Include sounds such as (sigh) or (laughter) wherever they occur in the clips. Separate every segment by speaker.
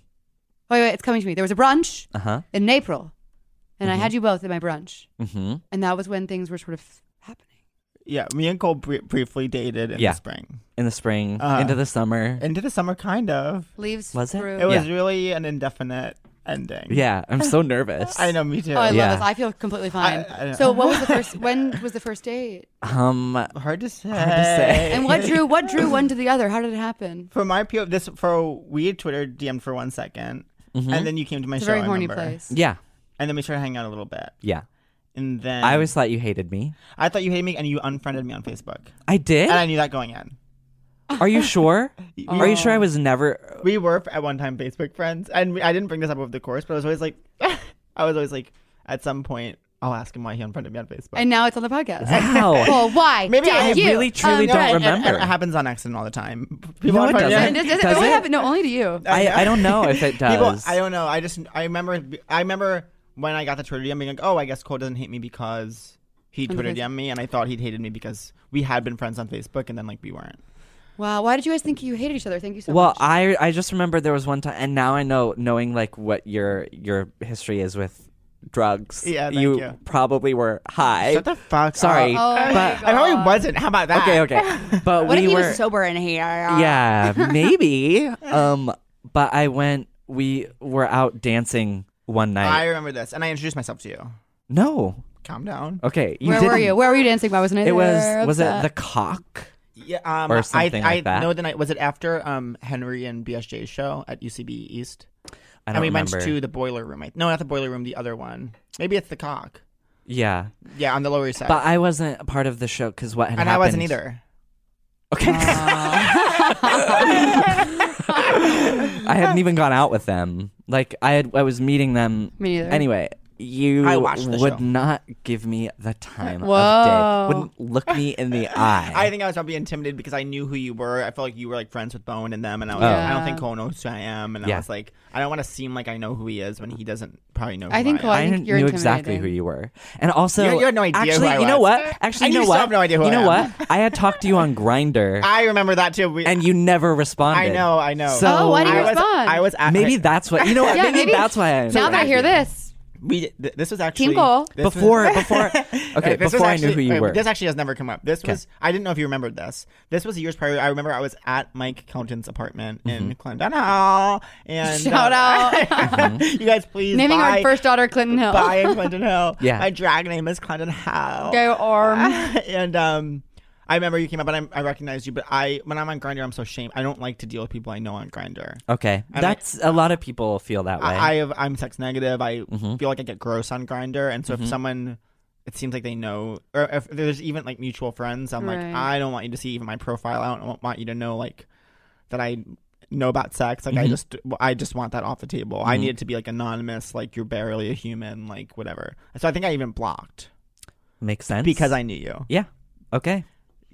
Speaker 1: Wait, wait, it's coming to me. There was a brunch
Speaker 2: Uh huh.
Speaker 1: in April, and I had you both at my brunch,
Speaker 2: Mm-hmm.
Speaker 1: and that was when things were sort of happening.
Speaker 3: Yeah, me and Cole br- briefly dated in
Speaker 2: Yeah.
Speaker 3: the spring.
Speaker 2: In the spring,
Speaker 3: Uh-huh.
Speaker 2: into the summer.
Speaker 3: Into the summer, kind of.
Speaker 1: Leaves
Speaker 2: Was it?
Speaker 1: through.
Speaker 3: It was
Speaker 2: Yeah.
Speaker 3: really an indefinite ending.
Speaker 2: yeah, I'm so nervous.
Speaker 3: I know, me too.
Speaker 1: Oh, I
Speaker 2: Yeah.
Speaker 1: love this. I feel completely fine.
Speaker 3: I know.
Speaker 1: so, what
Speaker 2: (laughs)
Speaker 1: was the first? When was the first date?
Speaker 2: Um,
Speaker 3: Hard to say.
Speaker 2: say.
Speaker 1: And what drew what drew one to the other? How did it happen?
Speaker 3: For my PO, this for we had Twitter DM'd for one second,
Speaker 2: Mm-hmm.
Speaker 3: and then you came to my
Speaker 1: It's a
Speaker 3: show.
Speaker 1: very
Speaker 3: I
Speaker 1: horny
Speaker 3: remember.
Speaker 1: place.
Speaker 2: yeah,
Speaker 3: And then we started hanging out a little bit,
Speaker 2: yeah.
Speaker 3: and then
Speaker 2: I always thought you hated me.
Speaker 3: I thought you hated me, and you unfriended me on
Speaker 1: (laughs)
Speaker 3: Facebook,
Speaker 2: I did.
Speaker 3: and I knew that going in.
Speaker 2: Are
Speaker 3: (laughs)
Speaker 2: you sure? Are you sure I was never?
Speaker 3: We were at one time Facebook friends, and we, I didn't bring this up over the course, but I was always like, (laughs) I was always like, at some point, I'll ask him why he unfriended me on Facebook.
Speaker 1: And now it's on the
Speaker 2: (laughs)
Speaker 1: podcast.
Speaker 2: Wow.
Speaker 1: Well, why?
Speaker 3: Maybe
Speaker 1: did
Speaker 3: (laughs) I
Speaker 1: you?
Speaker 2: really
Speaker 1: Um,
Speaker 2: truly don't
Speaker 1: right.
Speaker 3: And- and
Speaker 2: remember.
Speaker 3: it happens on accident all the time.
Speaker 2: No, it
Speaker 3: unfriend-
Speaker 2: doesn't.
Speaker 1: And does, does,
Speaker 2: Does
Speaker 1: it only
Speaker 2: it?
Speaker 1: happen? No, only to you.
Speaker 2: I, I don't know if it does.
Speaker 3: (laughs) People, I don't know. I just I remember I remember when I got the Twitter DM being like, oh, I guess Cole doesn't hate me because he
Speaker 1: On
Speaker 3: Twitter
Speaker 1: Facebook.
Speaker 3: DM me, and I thought he'd hated me because we had been friends on Facebook, and then like we weren't.
Speaker 1: Wow. Why did you guys think you hated each other? Thank you so
Speaker 2: well,
Speaker 1: much.
Speaker 2: I I just remember there was one time, and now I know, knowing like what your your history is with drugs.
Speaker 3: Yeah, thank you.
Speaker 2: probably were high.
Speaker 3: Shut the fuck.
Speaker 2: Sorry,
Speaker 3: up.
Speaker 1: Oh my
Speaker 3: (laughs)
Speaker 2: but
Speaker 3: I probably wasn't. How about that?
Speaker 2: okay, okay. But
Speaker 1: what
Speaker 2: we
Speaker 1: if he
Speaker 2: were
Speaker 1: was sober in here?
Speaker 3: (laughs)
Speaker 2: yeah, maybe. Um, but I went. We were out dancing one night.
Speaker 3: I remember this, and I introduced myself to you.
Speaker 2: no,
Speaker 3: Calm down.
Speaker 2: okay. You
Speaker 1: Where
Speaker 2: didn't.
Speaker 1: were you? Where were you dancing? Why wasn't I
Speaker 2: It
Speaker 1: there?
Speaker 2: was was it
Speaker 1: Upset.
Speaker 2: the cock?
Speaker 3: Yeah, um,
Speaker 2: Or something
Speaker 3: I,
Speaker 2: like
Speaker 3: I
Speaker 2: that.
Speaker 3: know the night was it after um, Henry and BSJ's show at UCB East,
Speaker 2: I
Speaker 3: and
Speaker 2: don't
Speaker 3: we
Speaker 2: remember.
Speaker 3: went to the boiler room. I, no, not the boiler room. The other one. Maybe it's the cock.
Speaker 2: yeah,
Speaker 3: Yeah, on the Lower East Side.
Speaker 2: but I wasn't a part of the show because what had
Speaker 3: and I
Speaker 2: happened?
Speaker 3: wasn't either. (laughs)
Speaker 2: Okay. I hadn't even gone out with them. Like I had, I was meeting them.
Speaker 1: Me neither.
Speaker 2: Anyway, you
Speaker 3: I watched the
Speaker 2: would
Speaker 3: show.
Speaker 2: not give me the time
Speaker 1: Whoa.
Speaker 2: of day. Wouldn't look me in the eye.
Speaker 3: (laughs) I think I was probably intimidated because I knew who you were. I felt like you were like friends with Bowen and them, and I was
Speaker 2: Oh.
Speaker 3: like, I don't
Speaker 1: Yeah.
Speaker 3: think Cole knows who I am, and
Speaker 2: Yeah.
Speaker 3: I was like, I don't want to seem like I know who he is when he doesn't probably know. Who
Speaker 1: I think
Speaker 3: I
Speaker 1: Cole-
Speaker 3: am.
Speaker 2: I
Speaker 1: think
Speaker 2: didn't-
Speaker 1: you're
Speaker 2: knew exactly
Speaker 1: intimidating.
Speaker 2: who you were, and also
Speaker 3: You- you had no idea who
Speaker 2: Actually,
Speaker 3: I
Speaker 2: you know
Speaker 3: was.
Speaker 2: what? Actually,
Speaker 3: And
Speaker 2: you
Speaker 3: you
Speaker 2: know
Speaker 3: still
Speaker 2: what?
Speaker 3: have no idea who
Speaker 2: you
Speaker 3: I
Speaker 2: know
Speaker 3: am.
Speaker 2: what? I had talked to you on Grinder,
Speaker 3: (laughs) I remember that too. We,
Speaker 2: and you never responded.
Speaker 3: I know, I know.
Speaker 2: So
Speaker 1: Oh, why do you
Speaker 3: I was,
Speaker 1: respond?
Speaker 3: I was at
Speaker 2: maybe that's what you know. What?
Speaker 1: (laughs) Yeah,
Speaker 2: maybe,
Speaker 1: maybe.
Speaker 2: that's why I.
Speaker 1: now that I hear this,
Speaker 3: we. Th- this was actually
Speaker 1: Cole.
Speaker 3: this was-
Speaker 2: before
Speaker 3: (laughs)
Speaker 2: before okay
Speaker 3: This was
Speaker 2: before I knew
Speaker 3: actually-
Speaker 2: who you
Speaker 3: wait,
Speaker 2: were.
Speaker 3: This actually has never come up. This was I didn't know if you remembered this. This was years prior. I remember I was at Mike Kelton's apartment
Speaker 2: Mm-hmm.
Speaker 3: in Clinton Hall, and
Speaker 1: (laughs)
Speaker 3: uh,
Speaker 1: Shout
Speaker 3: (laughs)
Speaker 1: out.
Speaker 2: Mm-hmm.
Speaker 3: you guys, please
Speaker 1: naming
Speaker 3: buy,
Speaker 1: our first daughter Clinton Hill.
Speaker 3: (laughs) buy in Clinton Hill.
Speaker 2: (laughs) Yeah.
Speaker 3: my drag name is Clinton
Speaker 1: (laughs)
Speaker 3: Hill.
Speaker 1: Go
Speaker 2: (laughs)
Speaker 1: arm.
Speaker 3: (laughs) and um, I remember you came up, and I, I recognized you. But I, when I'm on Grinder, I'm so ashamed. I don't like to deal with people I know on Grinder.
Speaker 2: Okay,
Speaker 3: And I-
Speaker 2: that's a lot of people feel that way.
Speaker 3: I, I have, I'm sex negative. I feel like I get gross on Grinder, and so if someone, it seems like they know, or if there's even like mutual friends, I'm
Speaker 1: Right.
Speaker 3: like, I don't want you to see even my profile. I don't want you to know like that I know about sex. Like I just, I just want that off the table. I need it to be like anonymous. Like you're barely a human. Like whatever. So I think I even blocked
Speaker 2: Makes sense
Speaker 3: because I knew you.
Speaker 2: yeah okay.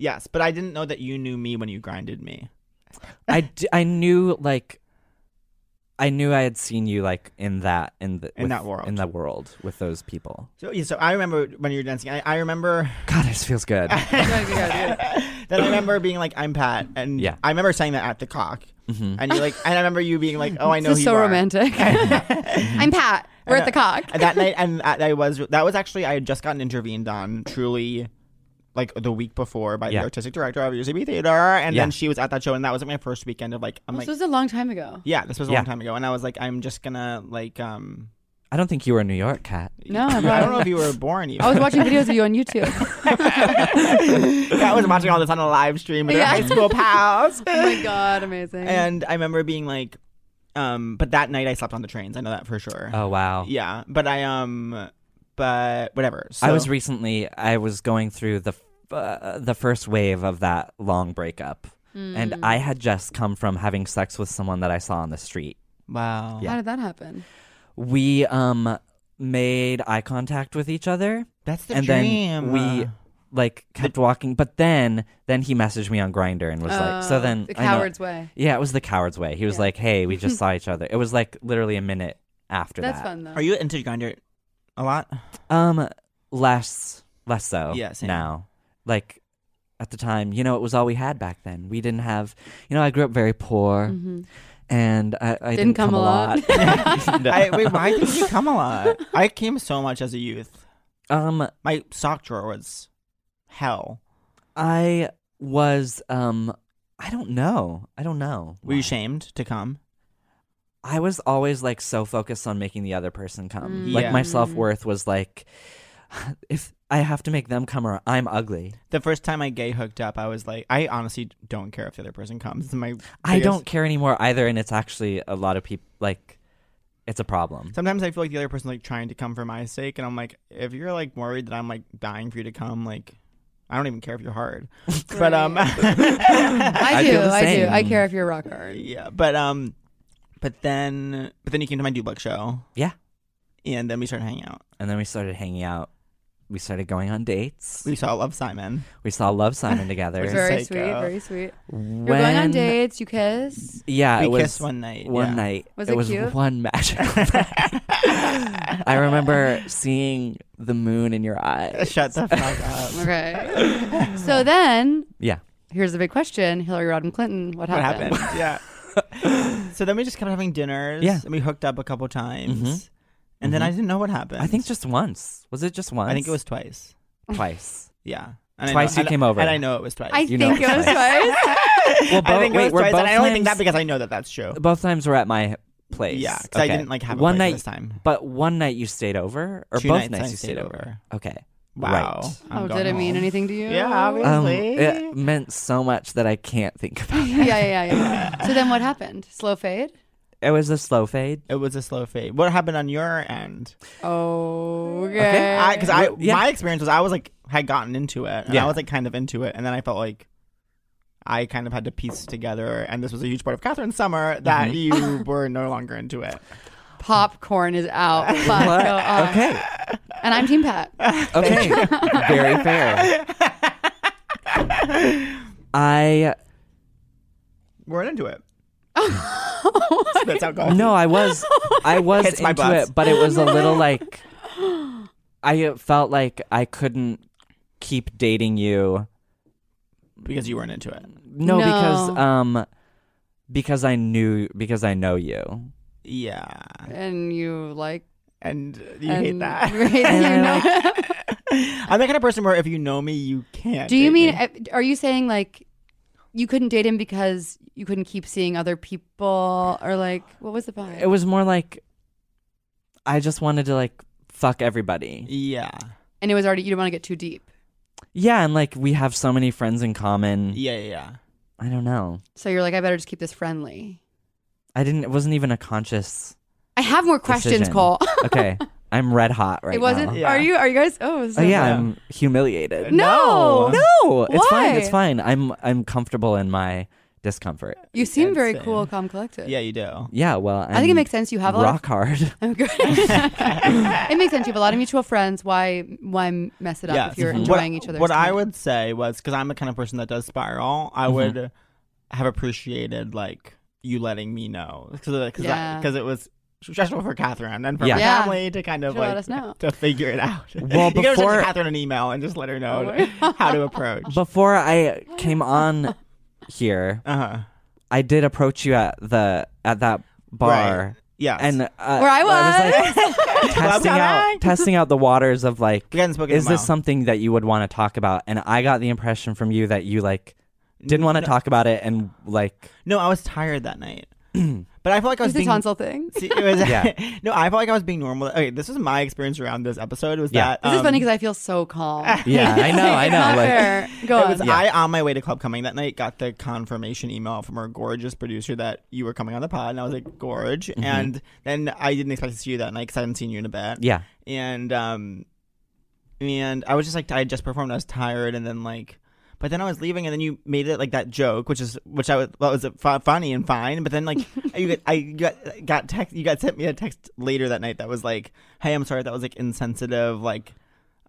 Speaker 3: Yes, but I didn't know that you knew me when you grinded me. (laughs)
Speaker 2: I, d- I knew like I knew I had seen you like in that in the
Speaker 3: In
Speaker 2: with-
Speaker 3: that world.
Speaker 2: in the world with those people.
Speaker 3: So yeah, so I remember when you were dancing. I, I remember
Speaker 2: God, this
Speaker 3: (laughs)
Speaker 2: feels good.
Speaker 3: then I remember being like, "I'm Pat," and
Speaker 2: Yeah. Mm-hmm.
Speaker 3: I remember saying that at the cock, and you are like, and I remember you being like, "Oh, I know
Speaker 1: This
Speaker 3: who
Speaker 1: is so
Speaker 3: you are."
Speaker 2: (laughs)
Speaker 1: romantic. I'm Pat. We're at the cock.
Speaker 3: And that night, and I, I was that was actually I had just gotten intervened on truly. Like the week before by
Speaker 2: Yeah.
Speaker 3: the artistic director of UCB Theater, and
Speaker 2: Yeah.
Speaker 3: then she was at that show, and that was like my first weekend of like I'm
Speaker 1: This
Speaker 3: like
Speaker 1: was a long time ago.
Speaker 3: yeah, this was a
Speaker 1: (laughs)
Speaker 2: Yeah.
Speaker 3: long time ago, and I was like I'm just gonna like um
Speaker 2: I don't think you were in New York, Kat.
Speaker 1: No,
Speaker 3: I
Speaker 1: but-
Speaker 3: don't know if you were born even.
Speaker 1: I was watching videos of you on (laughs) YouTube.
Speaker 3: I was watching all this on a live stream with her
Speaker 1: Yeah.
Speaker 3: high school pals.
Speaker 1: (laughs) oh my god, amazing.
Speaker 3: And I remember being like, um, but that night I slept on the trains. I know that for sure.
Speaker 2: Oh wow.
Speaker 3: Yeah, but I um, but whatever. So,
Speaker 2: I was recently. I was going through the f- uh, the first wave of that long breakup,
Speaker 1: Hmm.
Speaker 2: and I had just come from having sex with someone that I saw on the street.
Speaker 3: wow.
Speaker 1: How did that happen?
Speaker 2: We um made eye contact with each other,
Speaker 3: that's the
Speaker 2: and
Speaker 3: dream.
Speaker 2: then we like kept walking. But then then he messaged me on Grinder and was like, so
Speaker 1: Oh,
Speaker 2: then
Speaker 1: the
Speaker 2: I know-
Speaker 1: coward's way.
Speaker 2: Yeah, it was the coward's way. He was like, hey,
Speaker 1: (laughs)
Speaker 2: we just saw each other. It was like literally a minute after
Speaker 1: That's
Speaker 2: that.
Speaker 1: fun though.
Speaker 3: Are you into grinder a lot?
Speaker 2: Um, less, less so.
Speaker 3: Yeah, same.
Speaker 2: Now, like at the time, you know, it was all we had back then. We didn't have, you know, I grew up very poor,
Speaker 1: Mm-hmm. (laughs)
Speaker 2: and I, I
Speaker 1: Mm. Didn't
Speaker 2: didn't,
Speaker 1: come a lot.
Speaker 3: (laughs)
Speaker 2: (laughs) No.
Speaker 3: I, wait, why did you come a lot? I came so much as a youth.
Speaker 2: um,
Speaker 3: My sock drawer was hell.
Speaker 2: I was um, I don't know. I don't know.
Speaker 3: Were
Speaker 2: why.
Speaker 3: you shamed to come?
Speaker 2: I was always like so focused on making the other person come.
Speaker 3: Mm.
Speaker 2: Like
Speaker 3: Yeah.
Speaker 2: my self worth was like, (sighs) if I have to make them come or I'm ugly.
Speaker 3: The first time I gay hooked up, I was like, I honestly don't care if the other person comes. It's my
Speaker 2: I
Speaker 3: biggest-
Speaker 2: don't care anymore either, and it's actually a lot of people like, it's a problem.
Speaker 3: Sometimes I feel like the other person's like trying to come for my sake, and I'm like, if you're like worried that I'm like dying for you to come, like, I don't even care if you're
Speaker 2: (laughs)
Speaker 3: hard. But um,
Speaker 1: I
Speaker 2: (laughs)
Speaker 3: (laughs)
Speaker 2: I
Speaker 1: do,
Speaker 2: feel the
Speaker 1: I, do. I
Speaker 2: same.
Speaker 1: care if you're a rock hard.
Speaker 3: yeah, but um, but then but then you came to my Dubluck show,
Speaker 2: Yeah.
Speaker 3: and then we started hanging out.
Speaker 2: And then we started hanging out. We started going on dates.
Speaker 3: We saw Love Simon.
Speaker 2: We saw Love
Speaker 3: (laughs)
Speaker 2: Simon together.
Speaker 3: Which is
Speaker 1: Very
Speaker 3: Psycho.
Speaker 1: sweet, very sweet.
Speaker 2: when,
Speaker 1: You're going on dates, you
Speaker 2: (laughs)
Speaker 1: kiss.
Speaker 2: Yeah, it
Speaker 3: we
Speaker 2: was
Speaker 3: kissed one night.
Speaker 2: one
Speaker 3: yeah.
Speaker 2: night.
Speaker 1: Was
Speaker 2: it
Speaker 1: it
Speaker 2: was
Speaker 1: cute?
Speaker 2: one magical. night. I remember seeing the moon in your
Speaker 3: (laughs) (laughs)
Speaker 2: eyes.
Speaker 3: Shut the fuck
Speaker 2: (laughs)
Speaker 3: up.
Speaker 1: Okay. so then,
Speaker 2: Yeah.
Speaker 1: here's the big question: Hillary Rodham Clinton, what
Speaker 3: what
Speaker 1: happened?
Speaker 3: happened?
Speaker 2: (laughs)
Speaker 3: yeah. So then we just kept having dinners.
Speaker 2: Yeah.
Speaker 3: And we hooked up a couple times,
Speaker 2: Mhm.
Speaker 3: and then
Speaker 2: Mhm.
Speaker 3: I didn't know what happened.
Speaker 2: I think just once. Was it just once?
Speaker 3: I think it was twice.
Speaker 2: twice.
Speaker 3: Yeah. And I
Speaker 2: Twice
Speaker 3: know-
Speaker 2: you
Speaker 3: and I-
Speaker 2: came over.
Speaker 3: and I know it was twice.
Speaker 1: I
Speaker 2: You know
Speaker 1: think it
Speaker 2: it's
Speaker 1: was
Speaker 2: like-
Speaker 1: twice.
Speaker 2: Well,
Speaker 3: (laughs) I think it
Speaker 2: wait,
Speaker 3: was
Speaker 2: we're
Speaker 3: twice,
Speaker 2: both
Speaker 3: and I only think that
Speaker 2: times-
Speaker 3: because I know that that's true.
Speaker 2: both times were at my place.
Speaker 3: Yeah, because I
Speaker 2: Okay.
Speaker 3: didn't like have a
Speaker 2: one
Speaker 3: place
Speaker 2: night.
Speaker 3: this time.
Speaker 2: But one night you stayed over, or
Speaker 3: Two
Speaker 2: both
Speaker 3: nights
Speaker 2: nights
Speaker 3: I
Speaker 2: you
Speaker 3: stayed
Speaker 2: stayed over.
Speaker 3: over.
Speaker 2: Okay.
Speaker 3: Wow.
Speaker 2: Right.
Speaker 3: I'm
Speaker 1: oh,
Speaker 3: going
Speaker 1: did it mean
Speaker 3: home.
Speaker 1: anything to you?
Speaker 3: Yeah,
Speaker 2: Um,
Speaker 3: obviously.
Speaker 2: it meant so much that I can't think about
Speaker 1: (laughs)
Speaker 2: it.
Speaker 1: yeah, yeah, yeah,
Speaker 2: (laughs)
Speaker 1: yeah. So then, what happened? Slow fade.
Speaker 2: It was a slow fade.
Speaker 3: It was a slow fade. What happened on your end?
Speaker 1: Okay.
Speaker 3: I
Speaker 1: Uh,
Speaker 3: because I
Speaker 2: Yeah.
Speaker 3: my experience was I was like had gotten into it. And
Speaker 2: Yeah.
Speaker 3: I was like kind of into it, and then I felt like I kind of had to piece together, and this was a huge part of Catherine's summer that
Speaker 1: Mm-hmm. (laughs)
Speaker 3: you were no longer into it.
Speaker 1: popcorn is
Speaker 2: (laughs)
Speaker 1: out. Fuck,
Speaker 2: What?
Speaker 1: go
Speaker 3: Ah.
Speaker 1: on.
Speaker 3: (laughs)
Speaker 2: Okay.
Speaker 1: And I'm Team Pat.
Speaker 2: Okay. Very fair. I
Speaker 3: Weren't into it. Spits out coffee.
Speaker 2: no, I was
Speaker 3: (laughs)
Speaker 2: I was
Speaker 3: Hits my
Speaker 2: into
Speaker 3: butts.
Speaker 2: it, but it was
Speaker 3: (laughs)
Speaker 2: a little like I felt like I couldn't keep dating you.
Speaker 3: because you weren't into it.
Speaker 2: No, because
Speaker 1: No.
Speaker 2: um because I knew because I know you.
Speaker 3: Yeah,
Speaker 1: And you like
Speaker 3: and you
Speaker 1: and (laughs)
Speaker 3: hate that.
Speaker 1: you hate-
Speaker 2: And
Speaker 1: you
Speaker 2: I,
Speaker 1: know-
Speaker 2: like,
Speaker 3: (laughs) I'm the kind of person where if you know me, you can't.
Speaker 1: Do you
Speaker 3: date
Speaker 1: mean?
Speaker 3: me.
Speaker 1: eh, Are you saying like you couldn't date him because you couldn't keep seeing other people, or like what was the point?
Speaker 2: it was more like I just wanted to like fuck everybody.
Speaker 3: Yeah,
Speaker 1: and it was already you didn't want to get too deep,
Speaker 2: Yeah, and like we have so many friends in common.
Speaker 3: yeah, yeah, yeah.
Speaker 2: I don't know.
Speaker 1: so you're like, I better just keep this friendly.
Speaker 2: I didn't. It wasn't even a conscious.
Speaker 1: I have more questions,
Speaker 2: Decision.
Speaker 1: Cole. (laughs)
Speaker 2: Okay, I'm red hot right
Speaker 1: it wasn't.
Speaker 2: now.
Speaker 3: Yeah.
Speaker 1: Are you? Are you guys? Oh,
Speaker 2: Oh
Speaker 1: so-
Speaker 2: yeah,
Speaker 3: Yeah.
Speaker 2: I'm humiliated.
Speaker 1: No.
Speaker 2: no, it's fine.
Speaker 1: Why?
Speaker 2: It's fine. I'm I'm comfortable in my discomfort.
Speaker 1: You seem very
Speaker 3: Insane.
Speaker 1: cool, calm, collected.
Speaker 3: Yeah, you do.
Speaker 2: Yeah, well, i
Speaker 1: I think it makes sense. You have a lot. (laughs)
Speaker 2: rock hard. (laughs)
Speaker 1: Of, Great. it makes sense. You have a lot of mutual friends. Why? Why mess it up
Speaker 3: Yeah,
Speaker 1: if you're
Speaker 2: Mm-hmm.
Speaker 3: Mhm.
Speaker 1: enjoying
Speaker 3: what,
Speaker 1: each other's?
Speaker 3: What I
Speaker 1: company?
Speaker 3: would say was because I'm the kind of person that does spiral.
Speaker 2: Mm-hmm.
Speaker 3: I would have appreciated like you letting me know because
Speaker 1: Yeah.
Speaker 3: because it was stressful for Catherine and for
Speaker 2: Yeah.
Speaker 3: my
Speaker 1: Yeah.
Speaker 3: family to kind of
Speaker 1: Should
Speaker 3: like
Speaker 1: let us know.
Speaker 3: to figure it out.
Speaker 2: (laughs) Well,
Speaker 3: you could have sent
Speaker 2: before-
Speaker 3: Catherine an email and just let her know (laughs) how to approach.
Speaker 2: Before I came
Speaker 1: (laughs)
Speaker 2: on here,
Speaker 3: Uh huh.
Speaker 2: I did approach you at the at that bar,
Speaker 3: Yeah.
Speaker 2: and uh,
Speaker 1: Where I (laughs)
Speaker 2: like testing
Speaker 3: coming.
Speaker 2: out testing out the waters of like.
Speaker 3: we hadn't spoken. in a
Speaker 2: Is this
Speaker 3: while.
Speaker 2: something that you would want to talk about? And I got the
Speaker 3: (laughs)
Speaker 2: impression from you that you like didn't want to talk about it and like (clears throat)
Speaker 3: No, I was tired that night. But I feel like I was
Speaker 1: It's a
Speaker 3: being
Speaker 1: tonsil (laughs) thing.
Speaker 3: (laughs) See, it was
Speaker 2: Yeah.
Speaker 3: (laughs) no. I felt like I was being normal. Okay, this is my experience around this episode. Was
Speaker 2: Yeah.
Speaker 3: that
Speaker 1: This is
Speaker 3: um,
Speaker 1: funny because I feel so (laughs) calm.
Speaker 2: Yeah, I know, I
Speaker 1: It's
Speaker 2: know.
Speaker 1: not
Speaker 2: Like,
Speaker 1: fair. Go
Speaker 3: It was
Speaker 1: on. Oh
Speaker 3: I on my way to club coming that night got the confirmation email from our gorgeous producer that you were coming on the pod, and I was like, "Gorge!" And then I didn't expect to see you that night because I hadn't seen you in a bit.
Speaker 2: yeah,
Speaker 3: and um, and I was just like, I had just performed, I was tired, and then like, but then I was leaving, and then you made it like that joke, which is which I was well, it was fu- funny and fine, but
Speaker 1: (laughs)
Speaker 3: then like you got, I got got text, you got sent me a text later that night that was like, "Hey, I'm sorry, that was like insensitive, like."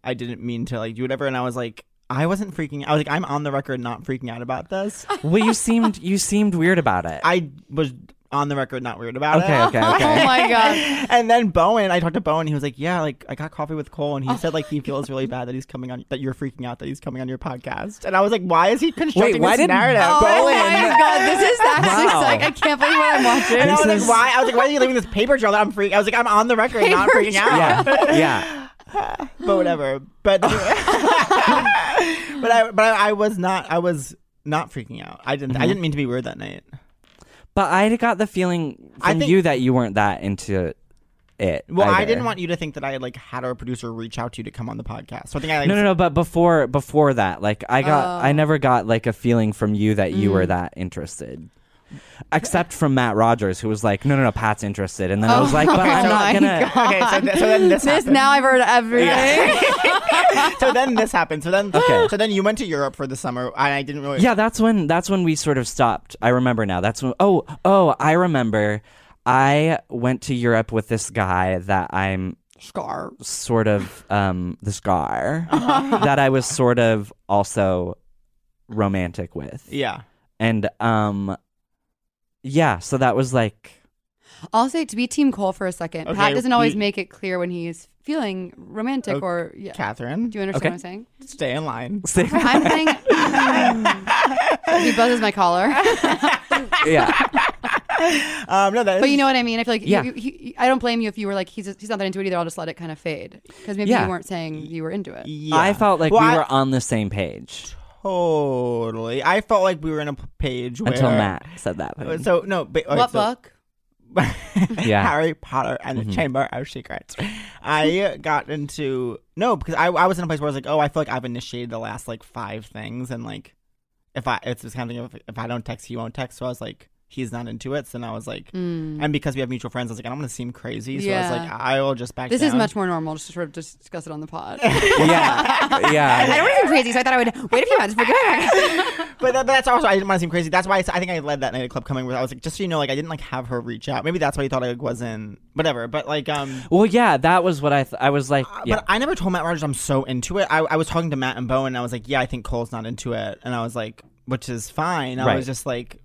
Speaker 3: I didn't mean to like do whatever, and I was like, I wasn't freaking. I was like, I'm on the record not freaking out
Speaker 1: (laughs)
Speaker 3: about this.
Speaker 2: well, you seemed you seemed weird about it.
Speaker 3: I was on the record not weird about
Speaker 2: Okay,
Speaker 3: it.
Speaker 2: okay,
Speaker 1: (laughs)
Speaker 2: okay.
Speaker 1: Oh
Speaker 2: (laughs)
Speaker 1: my god.
Speaker 3: (laughs) And then Bowen, I talked to Bowen. He was like, "Yeah, like I got coffee with Cole, and he said like he feels really bad that he's coming on, that you're freaking out that he's coming on your podcast." And I was like, "Why is he constructing
Speaker 2: why
Speaker 3: this
Speaker 2: didn't
Speaker 3: narrative?"
Speaker 1: Oh my god. This is actually
Speaker 2: Wow.
Speaker 1: like I can't believe what I'm watching.
Speaker 3: And I was
Speaker 2: This
Speaker 3: like,
Speaker 2: is-
Speaker 3: "Why?" I was like, "Why are you leaving this paper trail?" That I'm freaking. I was like, "I'm on the record, not
Speaker 1: Paper
Speaker 3: freaking
Speaker 1: trail.
Speaker 3: out."
Speaker 2: yeah, yeah.
Speaker 3: (laughs) but whatever.
Speaker 2: (laughs)
Speaker 3: But (laughs) but I but I, I was not. I was not freaking out. I didn't. I
Speaker 2: Mm-hmm.
Speaker 3: didn't mean to be weird that night.
Speaker 2: But I got the feeling
Speaker 3: I
Speaker 2: from
Speaker 3: think-
Speaker 2: you that you weren't that into it.
Speaker 3: Well, I
Speaker 2: either.
Speaker 3: didn't want you to think that I like had our producer reach out to you to come on the podcast. So I think I like,
Speaker 2: No, no, no. But before before that, like I got,
Speaker 1: Oh.
Speaker 2: I never got like a feeling from you that you
Speaker 1: Mm.
Speaker 2: were that interested. Except from Matt Rogers, who was like, "No, no, no, Pat's interested," and then I was like, "But I'm
Speaker 1: oh (laughs)
Speaker 2: not
Speaker 1: my
Speaker 2: gonna."
Speaker 3: (laughs) Okay, so, th- so then this,
Speaker 1: This
Speaker 3: happened.
Speaker 1: now I've heard everything. (laughs)
Speaker 3: (laughs) so then this happened. So then
Speaker 2: Okay.
Speaker 3: So then you went to Europe for the summer, and I didn't really.
Speaker 2: Yeah, that's when that's when we sort of stopped. I remember now. That's when. Oh, oh, I remember. I went to Europe with this guy that I'm
Speaker 1: Scar.
Speaker 2: sort of um
Speaker 1: (laughs)
Speaker 2: this guy that I was sort of also romantic with.
Speaker 3: Yeah.
Speaker 2: and um yeah so that was like
Speaker 1: I'll say to be Team Cole for a second.
Speaker 3: Okay,
Speaker 1: Pat doesn't always
Speaker 3: we-
Speaker 1: make it clear when he's feeling romantic
Speaker 3: Okay.
Speaker 1: or yeah.
Speaker 3: Catherine,
Speaker 1: Do you understand
Speaker 2: Okay.
Speaker 1: what I'm saying?
Speaker 3: stay in line.
Speaker 2: sick
Speaker 1: I'm
Speaker 2: (laughs)
Speaker 1: saying (laughs) he buzzes my collar,
Speaker 2: yeah
Speaker 3: Um, no, that
Speaker 1: but
Speaker 3: is-
Speaker 1: you know what I mean. I feel like
Speaker 2: Yeah.
Speaker 1: you, you- he- I don't blame you if you were like he's just, he's not that into it either. I'll just let it kind of fade because maybe
Speaker 2: Yeah.
Speaker 1: you weren't saying you were into it.
Speaker 3: (laughs) Yeah.
Speaker 2: i felt like
Speaker 3: Well,
Speaker 2: we
Speaker 3: I-
Speaker 2: were on the same page
Speaker 3: totally. I felt like we were in a p- page where Uh,
Speaker 2: until matt said that thing.
Speaker 3: So no, but all right,
Speaker 1: What
Speaker 3: so-
Speaker 1: book?
Speaker 3: (laughs)
Speaker 2: Yeah. Mm-hmm.
Speaker 3: Harry Potter and the Chamber of Secrets. I got into no because I, I was in a place where I was like, oh, I feel like I've initiated the last like five things, and like if I it's this kind of thing if, if I don't text, he won't text. So I was like, he's not into it. So then I was like,
Speaker 1: Mm.
Speaker 3: and because we have mutual friends, I was like, I don't want to seem crazy. So I
Speaker 1: Yeah.
Speaker 3: was like, I will just back.
Speaker 1: This is
Speaker 3: down.
Speaker 1: much more normal. Just to sort of just discuss it on the pod.
Speaker 2: yeah
Speaker 1: I
Speaker 2: (laughs) yeah
Speaker 1: don't want to seem crazy, so I thought I would wait a few months for good.
Speaker 3: (laughs)
Speaker 1: (laughs)
Speaker 3: But, that, but that's also I didn't want to seem crazy. That's why I, s- I think I led that night at club coming where I was like, just so you know, like I didn't like have her reach out. Maybe that's why you thought I like, wasn't whatever. But like um.
Speaker 2: well yeah that was what i th- i was like yeah
Speaker 3: Uh, But I never told Matt Rogers I'm so into it. I, I was talking to Matt and Bowen, and I was like, yeah, I think Cole's not into it. And I was like, which is fine. I
Speaker 2: Right.
Speaker 3: was just like,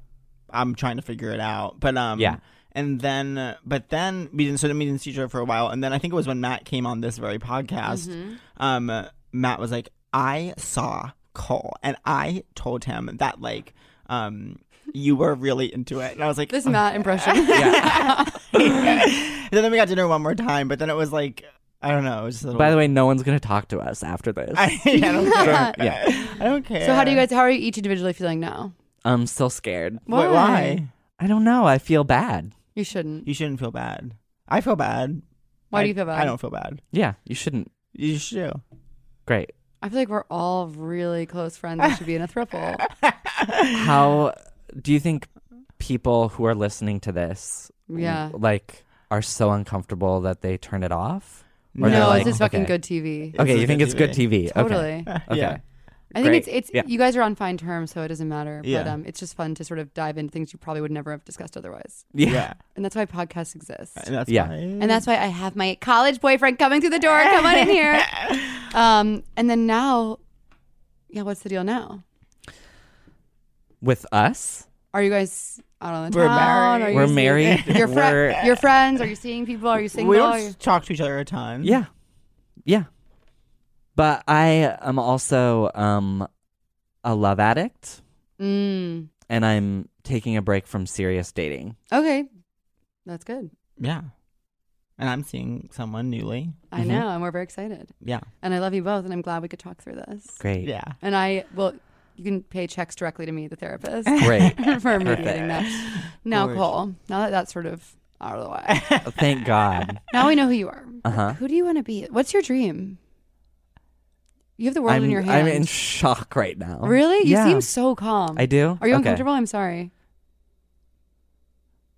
Speaker 3: I'm trying to figure it out. But, um,
Speaker 2: Yeah.
Speaker 3: And then, uh, but then we didn't, so then we didn't see each other for a while. And then I think it was when Matt came on this very podcast, um, Matt was like, I saw Cole, and I told him that, like, um, you were really into it. And I was like,
Speaker 1: This Matt impression.
Speaker 3: and then we got dinner one more time, but then it was like, I don't know. It was just a little
Speaker 2: by the way no one's gonna talk to us after this
Speaker 3: I, (laughs) I don't care.
Speaker 2: (laughs) yeah
Speaker 3: (laughs) I don't
Speaker 1: (laughs)
Speaker 3: care.
Speaker 1: So how do you guys? How are you each individually feeling now?
Speaker 2: i'm still scared
Speaker 3: Wait, why?
Speaker 2: i don't know i feel bad
Speaker 1: You shouldn't.
Speaker 3: You shouldn't feel bad. I feel bad.
Speaker 1: Why
Speaker 3: I-
Speaker 1: do you feel bad?
Speaker 3: I don't feel bad.
Speaker 2: yeah you shouldn't
Speaker 3: You should.
Speaker 2: great
Speaker 1: I feel like we're all really close friends. that should be in a
Speaker 3: (laughs)
Speaker 1: throuple.
Speaker 2: how do you think people who are listening to this
Speaker 1: Yeah.
Speaker 2: like are so uncomfortable that they turn it off Or they're
Speaker 1: No,
Speaker 2: like,
Speaker 1: this is fucking
Speaker 2: okay.
Speaker 1: good TV.
Speaker 2: Okay,
Speaker 3: This
Speaker 2: you
Speaker 3: is
Speaker 2: think
Speaker 3: good
Speaker 2: it's good TV?
Speaker 1: Totally.
Speaker 2: Okay. okay.
Speaker 3: Yeah.
Speaker 1: I think it's
Speaker 2: Great.
Speaker 1: it's
Speaker 2: Yeah.
Speaker 1: you guys are on fine terms, so it doesn't matter. But
Speaker 3: Yeah.
Speaker 1: um, it's just fun to sort of dive into things you probably would never have discussed otherwise,
Speaker 2: Yeah.
Speaker 3: Yeah.
Speaker 2: (laughs)
Speaker 1: and that's why podcasts exist.
Speaker 3: And that's
Speaker 2: Yeah.
Speaker 3: why-
Speaker 1: And that's why I have my college boyfriend coming through the door. Come on in here.
Speaker 3: (laughs)
Speaker 1: Um, and then now, yeah, what's the deal now?
Speaker 2: With us,
Speaker 1: Are you guys out on the
Speaker 3: We're
Speaker 1: town?
Speaker 3: married.
Speaker 1: Are you
Speaker 2: we're
Speaker 1: seeing- (laughs)
Speaker 2: married.
Speaker 1: Your
Speaker 2: we're,
Speaker 1: friend, your friends. Are you seeing people? Are you single?
Speaker 3: we
Speaker 1: Are
Speaker 3: don't
Speaker 1: you-
Speaker 3: s- talk to each other a ton.
Speaker 2: yeah. Yeah. But I am also um, a love addict
Speaker 1: Mm.
Speaker 2: and I'm taking a break from serious dating.
Speaker 1: Okay, that's good.
Speaker 3: Yeah. And I'm seeing someone newly.
Speaker 1: I
Speaker 2: Mhm.
Speaker 1: know, and we're very excited.
Speaker 3: Mm-hmm. Yeah.
Speaker 1: (laughs) And I love you both, and I'm glad we could talk through this.
Speaker 2: Great.
Speaker 3: Yeah.
Speaker 1: And I will you can pay checks directly to me, the
Speaker 2: (laughs)
Speaker 1: therapist, (laughs)
Speaker 2: Great.
Speaker 1: for mediating that. Now, Cole, now that that's sort of out of the way,
Speaker 2: Thank God.
Speaker 1: now we know who you are.
Speaker 2: Uh-huh.
Speaker 1: Who do you want to be? What's your dream? You have the world
Speaker 2: I'm,
Speaker 1: in your
Speaker 2: I'm
Speaker 1: hands.
Speaker 2: in shock right now.
Speaker 1: really? You
Speaker 2: yeah.
Speaker 1: seem so calm.
Speaker 2: I do?
Speaker 1: Are you
Speaker 2: Okay.
Speaker 1: uncomfortable? I'm sorry.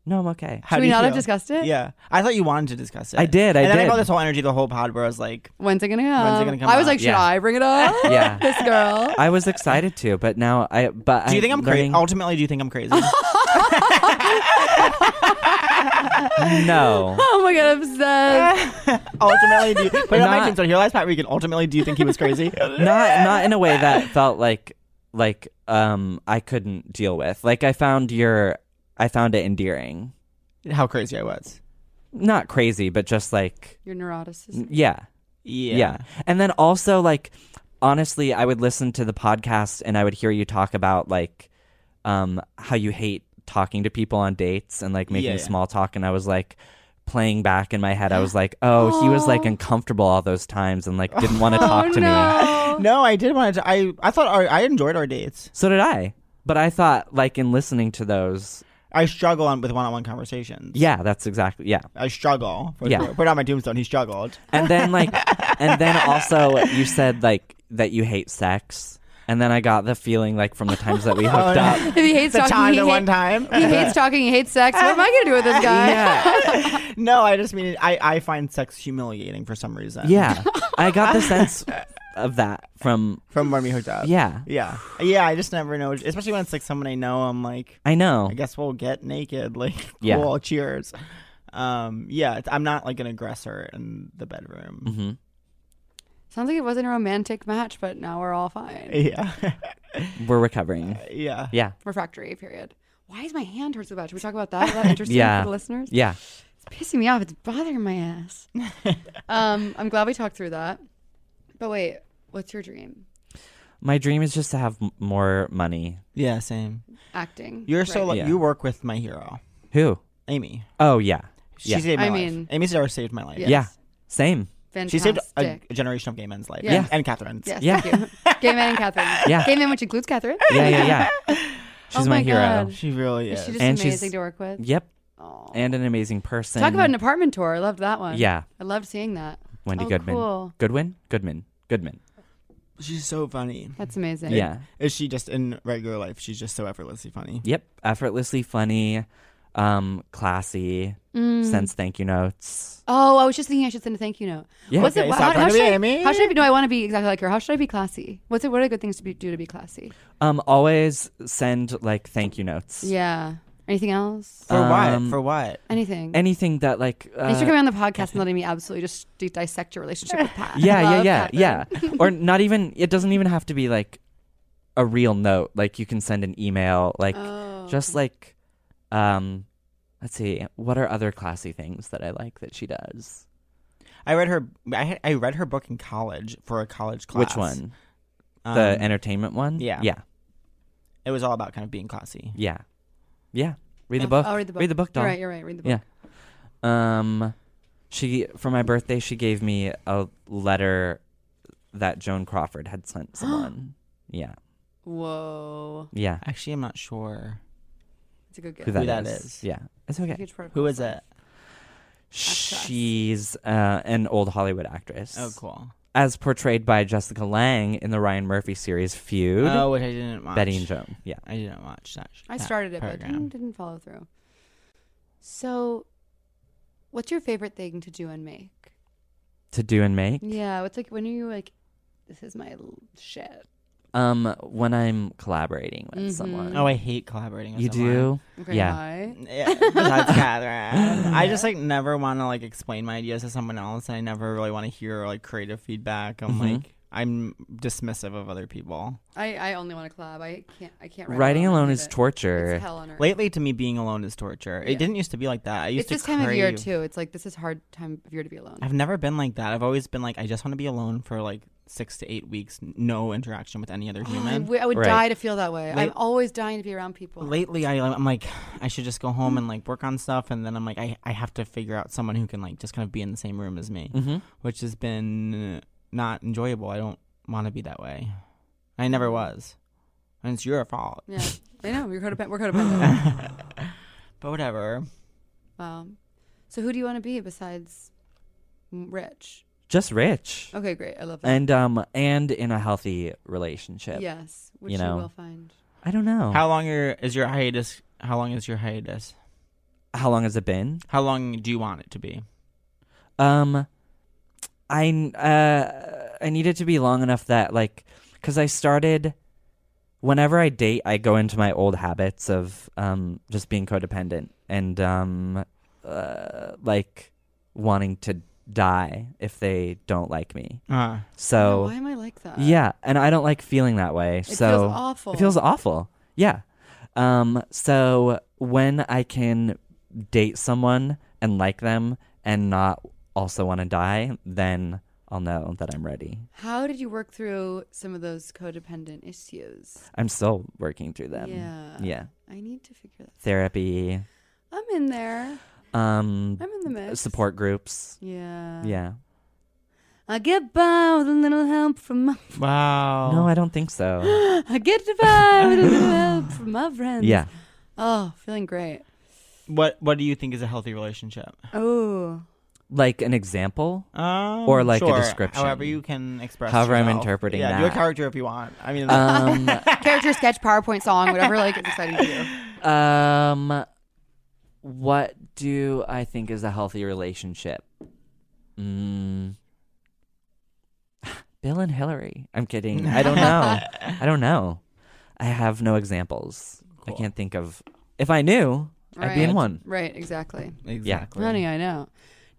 Speaker 2: No, I'm okay.
Speaker 1: Should
Speaker 3: How do
Speaker 1: we
Speaker 3: you
Speaker 1: not have
Speaker 3: feel?
Speaker 1: discussed it?
Speaker 3: Yeah, I thought you wanted to discuss it.
Speaker 2: I did, I
Speaker 3: and then I
Speaker 2: did.
Speaker 3: got this whole energy the whole pod where I was like,
Speaker 1: When's it gonna come?
Speaker 3: When's it gonna come
Speaker 1: I was
Speaker 3: out?
Speaker 1: like, should
Speaker 2: Yeah.
Speaker 1: I bring it up?
Speaker 2: (laughs)
Speaker 1: (laughs)
Speaker 2: Yeah.
Speaker 1: this girl.
Speaker 2: I was excited to, but now I. But
Speaker 3: "Do you think I'm crazy?"
Speaker 2: learning-
Speaker 3: Ultimately, do you think
Speaker 1: (laughs)
Speaker 3: I'm crazy? (laughs)
Speaker 1: (laughs)
Speaker 2: No.
Speaker 1: Oh my god,
Speaker 2: (laughs)
Speaker 1: obsessed.
Speaker 3: ultimately, do you, put it on my
Speaker 2: Not-
Speaker 3: tombstone. Here lies Pat Regan. Ultimately, do you think he was
Speaker 2: (laughs)
Speaker 3: crazy?
Speaker 2: not not in a way that felt like like um I couldn't deal with. Like I found your I found it endearing.
Speaker 3: How crazy I was.
Speaker 2: Not crazy, but just like
Speaker 1: Your neuroticism.
Speaker 2: yeah.
Speaker 3: Yeah.
Speaker 2: Yeah. And then also like honestly, I would listen to the podcast and I would hear you talk about like um how you hate talking to people on dates and like making
Speaker 3: Yeah, yeah.
Speaker 2: small talk and I was like playing back in my head I was like, "Oh, he was like uncomfortable all those times and like didn't want to talk to me."
Speaker 1: Oh, no.
Speaker 2: (laughs)
Speaker 3: No, I did want to. I I thought our, I enjoyed our dates.
Speaker 2: So did I. But I thought, like, in listening to those,
Speaker 3: I struggle on with one-on-one conversations.
Speaker 2: yeah, that's exactly, yeah.
Speaker 3: I struggle. For
Speaker 2: Yeah.
Speaker 3: sure. Put it on my tombstone. He struggled.
Speaker 2: And then, like, and then also you said, like, that you hate sex. And then I got the feeling, like, from the times that we hooked
Speaker 3: no.
Speaker 2: up.
Speaker 1: If he hates
Speaker 3: The
Speaker 1: talking,
Speaker 3: time,
Speaker 1: he,
Speaker 3: the
Speaker 1: hate-
Speaker 3: one time. (laughs)
Speaker 1: he hates talking. He hates sex. What am I gonna do with
Speaker 2: (laughs)
Speaker 1: this guy?
Speaker 2: Yeah.
Speaker 3: No, I just mean I, I find sex humiliating for some reason.
Speaker 2: Yeah. I got the sense of that from,
Speaker 3: From when we hooked up.
Speaker 2: yeah.
Speaker 3: Yeah. Yeah, I just never know. Especially when it's like someone I know, I'm like,
Speaker 2: I know.
Speaker 3: I guess we'll get naked. Like, (laughs)
Speaker 2: Yeah.
Speaker 3: cool, cheers. Um, yeah, it's- I'm not like an aggressor in the bedroom.
Speaker 1: Sounds like it wasn't a romantic match, but now we're all fine.
Speaker 3: (laughs) Yeah.
Speaker 2: We're recovering.
Speaker 3: yeah.
Speaker 2: Mm-hmm. Yeah.
Speaker 1: Refractory period. Why is my hand hurt so bad? Should we talk about that? Is
Speaker 2: (laughs)
Speaker 1: that interesting
Speaker 2: Yeah.
Speaker 1: for the listeners?
Speaker 2: Yeah.
Speaker 1: It's pissing me off. It's bothering my
Speaker 2: (laughs)
Speaker 1: ass. um, I'm glad we talked through that. But wait, what's your dream?
Speaker 2: My dream is just to have m- more money.
Speaker 3: Yeah, same.
Speaker 1: Acting.
Speaker 3: You're so
Speaker 1: right?
Speaker 3: like,
Speaker 2: Yeah.
Speaker 3: you work with my hero,
Speaker 2: Who?
Speaker 3: Amy.
Speaker 2: Oh, yeah.
Speaker 3: She
Speaker 2: Yeah.
Speaker 3: saved my
Speaker 1: I
Speaker 3: life.
Speaker 1: mean-
Speaker 3: Amy Sidora saved my life.
Speaker 1: Yeah.
Speaker 2: Yeah. Same.
Speaker 3: She
Speaker 1: fantastic.
Speaker 3: saved a, a generation of gay men's life.
Speaker 1: Yeah.
Speaker 3: And, and Catherine's.
Speaker 1: Yes,
Speaker 2: Yeah.
Speaker 1: thank you. Gay man and Catherine.
Speaker 2: (laughs) Yeah.
Speaker 1: Gay man, which includes Catherine.
Speaker 2: Yeah, yeah, yeah. She's my,
Speaker 1: my
Speaker 2: hero.
Speaker 1: God.
Speaker 3: She really is.
Speaker 1: She's just
Speaker 2: And she's-
Speaker 1: amazing to work with.
Speaker 2: Yep.
Speaker 1: Aw.
Speaker 2: and an amazing person.
Speaker 1: Talk about an apartment tour. I loved that one.
Speaker 2: Yeah.
Speaker 1: I loved seeing that.
Speaker 2: Wendy
Speaker 1: Oh,
Speaker 2: Goodman.
Speaker 1: cool.
Speaker 2: Goodwin? Goodman. Goodman.
Speaker 3: She's so funny.
Speaker 1: That's amazing.
Speaker 2: Yeah.
Speaker 3: Is she just in regular life? She's just so effortlessly funny.
Speaker 2: Yep. Effortlessly funny, um, classy,
Speaker 1: Mm.
Speaker 2: sends thank you notes.
Speaker 1: Oh, I was just thinking I should send a thank you note.
Speaker 2: Yeah.
Speaker 1: What's
Speaker 3: Okay,
Speaker 1: it?
Speaker 3: so
Speaker 1: How,
Speaker 3: I'm
Speaker 1: how
Speaker 3: gonna
Speaker 1: should
Speaker 3: be
Speaker 1: I,
Speaker 3: Amy.
Speaker 1: how should I be? No, I want to be exactly like her. How should I be classy? What's it? What are good things to be, do to be classy?
Speaker 2: Um, always send like thank you notes.
Speaker 1: Yeah. Anything else?
Speaker 3: For
Speaker 2: Um,
Speaker 3: what? For what?
Speaker 1: Anything.
Speaker 2: Anything that like uh,
Speaker 1: Thanks for coming on the podcast and letting me absolutely just de- dissect your relationship with Pat.
Speaker 2: (laughs) Yeah,
Speaker 1: Love
Speaker 2: yeah,
Speaker 1: Catherine.
Speaker 2: yeah. Yeah.
Speaker 1: (laughs)
Speaker 2: or not even it doesn't even have to be like a real note. Like you can send an email, like
Speaker 1: Oh,
Speaker 2: just like um let's see, what are other classy things that I like that she does?
Speaker 3: I read her. I, had, I read her book in college for a college class.
Speaker 2: Which one?
Speaker 3: Um,
Speaker 2: the entertainment one?
Speaker 3: yeah.
Speaker 2: Yeah.
Speaker 3: it was all about kind of being classy.
Speaker 2: Yeah. Yeah. Read the
Speaker 1: Yeah.
Speaker 2: book.
Speaker 1: I'll read the book.
Speaker 2: Read the book, doll.
Speaker 1: You're right. You're right. Read the book.
Speaker 2: Yeah. Um she for my birthday she gave me a letter that Joan Crawford
Speaker 3: (gasps)
Speaker 2: had sent someone. yeah.
Speaker 1: Whoa,
Speaker 2: Yeah.
Speaker 3: Actually, I'm not sure
Speaker 1: it's a good guess.
Speaker 2: Who that is?
Speaker 3: that is.
Speaker 2: Yeah. It's okay.
Speaker 1: Huge part of
Speaker 3: who is
Speaker 1: Housewives.
Speaker 3: it.
Speaker 2: She's uh, an old Hollywood actress.
Speaker 3: Oh, cool.
Speaker 2: As portrayed by Jessica Lange in the Ryan Murphy series Feud.
Speaker 3: Oh, which I didn't watch.
Speaker 2: Betty and Joan. Yeah.
Speaker 3: I didn't watch that. sh-
Speaker 1: I
Speaker 3: that
Speaker 1: started it, but
Speaker 3: program.
Speaker 1: didn't, didn't follow through. So, what's your favorite thing to do and make?
Speaker 2: To do and make.
Speaker 1: Yeah, what's like when are you like, this is my l- shit?
Speaker 2: Um when I'm collaborating
Speaker 1: Mm-hmm.
Speaker 2: with someone.
Speaker 3: Oh, I hate collaborating. With
Speaker 2: you
Speaker 3: someone.
Speaker 2: do?
Speaker 1: Okay,
Speaker 2: Yeah.
Speaker 1: hi. (laughs)
Speaker 3: Yeah, besides Catherine, I just like never want to like explain my ideas to someone else, and I never really want to hear like creative feedback. I'm
Speaker 1: Mm-hmm.
Speaker 3: like, I'm dismissive of other people.
Speaker 1: I I only want to collab. I can't. I can't. Write
Speaker 2: Writing alone
Speaker 1: I
Speaker 2: is
Speaker 1: hate it.
Speaker 2: torture.
Speaker 1: It's hell on earth.
Speaker 3: Lately, to me, being alone is torture. It didn't used to be like that. I used
Speaker 1: It's
Speaker 3: to
Speaker 1: this time of year
Speaker 3: crave-
Speaker 1: too. It's like this is hard time of year to be alone.
Speaker 3: (gasps) I've never been like that. I've always been like, I just want to be alone for like six to eight weeks, n- no interaction with any other
Speaker 1: Oh, I,
Speaker 3: human.
Speaker 1: w- I would
Speaker 2: Right.
Speaker 1: die to feel that way. I'm
Speaker 3: Late-
Speaker 1: always dying to be around people.
Speaker 3: Lately, I, I'm like, I should just go
Speaker 1: Mm.
Speaker 3: home and like work on stuff, and then I'm like, I, I have to figure out someone who can like just kind of be in the same room as me,
Speaker 2: Mhm.
Speaker 3: which has been not enjoyable. I don't want to be that way. I never was. and it's your fault.
Speaker 1: Yeah,
Speaker 3: (laughs)
Speaker 1: I know. We're codependent. We're codependent.
Speaker 3: But whatever.
Speaker 1: wow. So who do you want to be besides m- rich?
Speaker 2: Just rich.
Speaker 1: Okay, great. I love that.
Speaker 2: And um and in a healthy relationship.
Speaker 1: yes, which
Speaker 2: you
Speaker 1: you,
Speaker 2: know.
Speaker 1: will find.
Speaker 2: I don't know.
Speaker 3: How long your is your hiatus? How long is your hiatus?
Speaker 2: how long has it been?
Speaker 3: How long do you want it to be?
Speaker 2: Um, I uh, I need it to be long enough that like, cause I started. Whenever I date, I go into my old habits of um just being codependent and um uh, like wanting to die if they don't like me.
Speaker 3: Uh,
Speaker 1: Oh,
Speaker 2: So
Speaker 1: why am I like that?
Speaker 2: yeah, and I don't like feeling that way.
Speaker 1: It
Speaker 2: so
Speaker 1: feels awful.
Speaker 2: it feels awful. Yeah. Um, so when I can date someone and like them and not also want to die, then I'll know that I'm ready.
Speaker 1: How did you work through some of those codependent issues?
Speaker 2: I'm still working through them.
Speaker 1: Yeah.
Speaker 2: Um, Yeah.
Speaker 1: I need to figure that.
Speaker 2: Therapy,
Speaker 1: I'm in there.
Speaker 2: um,
Speaker 1: I'm in the mix.
Speaker 2: support groups.
Speaker 1: Yeah.
Speaker 2: Yeah.
Speaker 1: I get by with a little help from my. (laughs)
Speaker 3: wow.
Speaker 2: No, I don't
Speaker 1: (gasps)
Speaker 2: think so.
Speaker 1: I get by with a little
Speaker 3: (laughs)
Speaker 1: help from my friends.
Speaker 2: yeah.
Speaker 1: Oh, feeling great.
Speaker 3: what What do you think is a healthy relationship?
Speaker 1: Oh.
Speaker 2: Like an example?
Speaker 3: Um,
Speaker 2: Or like a
Speaker 3: sure,
Speaker 2: description.
Speaker 3: However you can express.
Speaker 2: However I'm
Speaker 3: yourself.
Speaker 2: interpreting
Speaker 3: yeah, do a
Speaker 2: that.
Speaker 3: character if you want. I mean, (laughs)
Speaker 2: Um,
Speaker 1: Character sketch, PowerPoint song, whatever like is exciting to you.
Speaker 2: Um, what do I think is a healthy relationship? Mm. (sighs) Bill and Hillary. I'm kidding. I
Speaker 1: (laughs)
Speaker 2: don't know. I don't know. I have no examples. I can't think of. If I knew, I'd be in
Speaker 1: Right.
Speaker 2: one.
Speaker 1: Right, exactly.
Speaker 3: exactly.
Speaker 1: Honey, I know.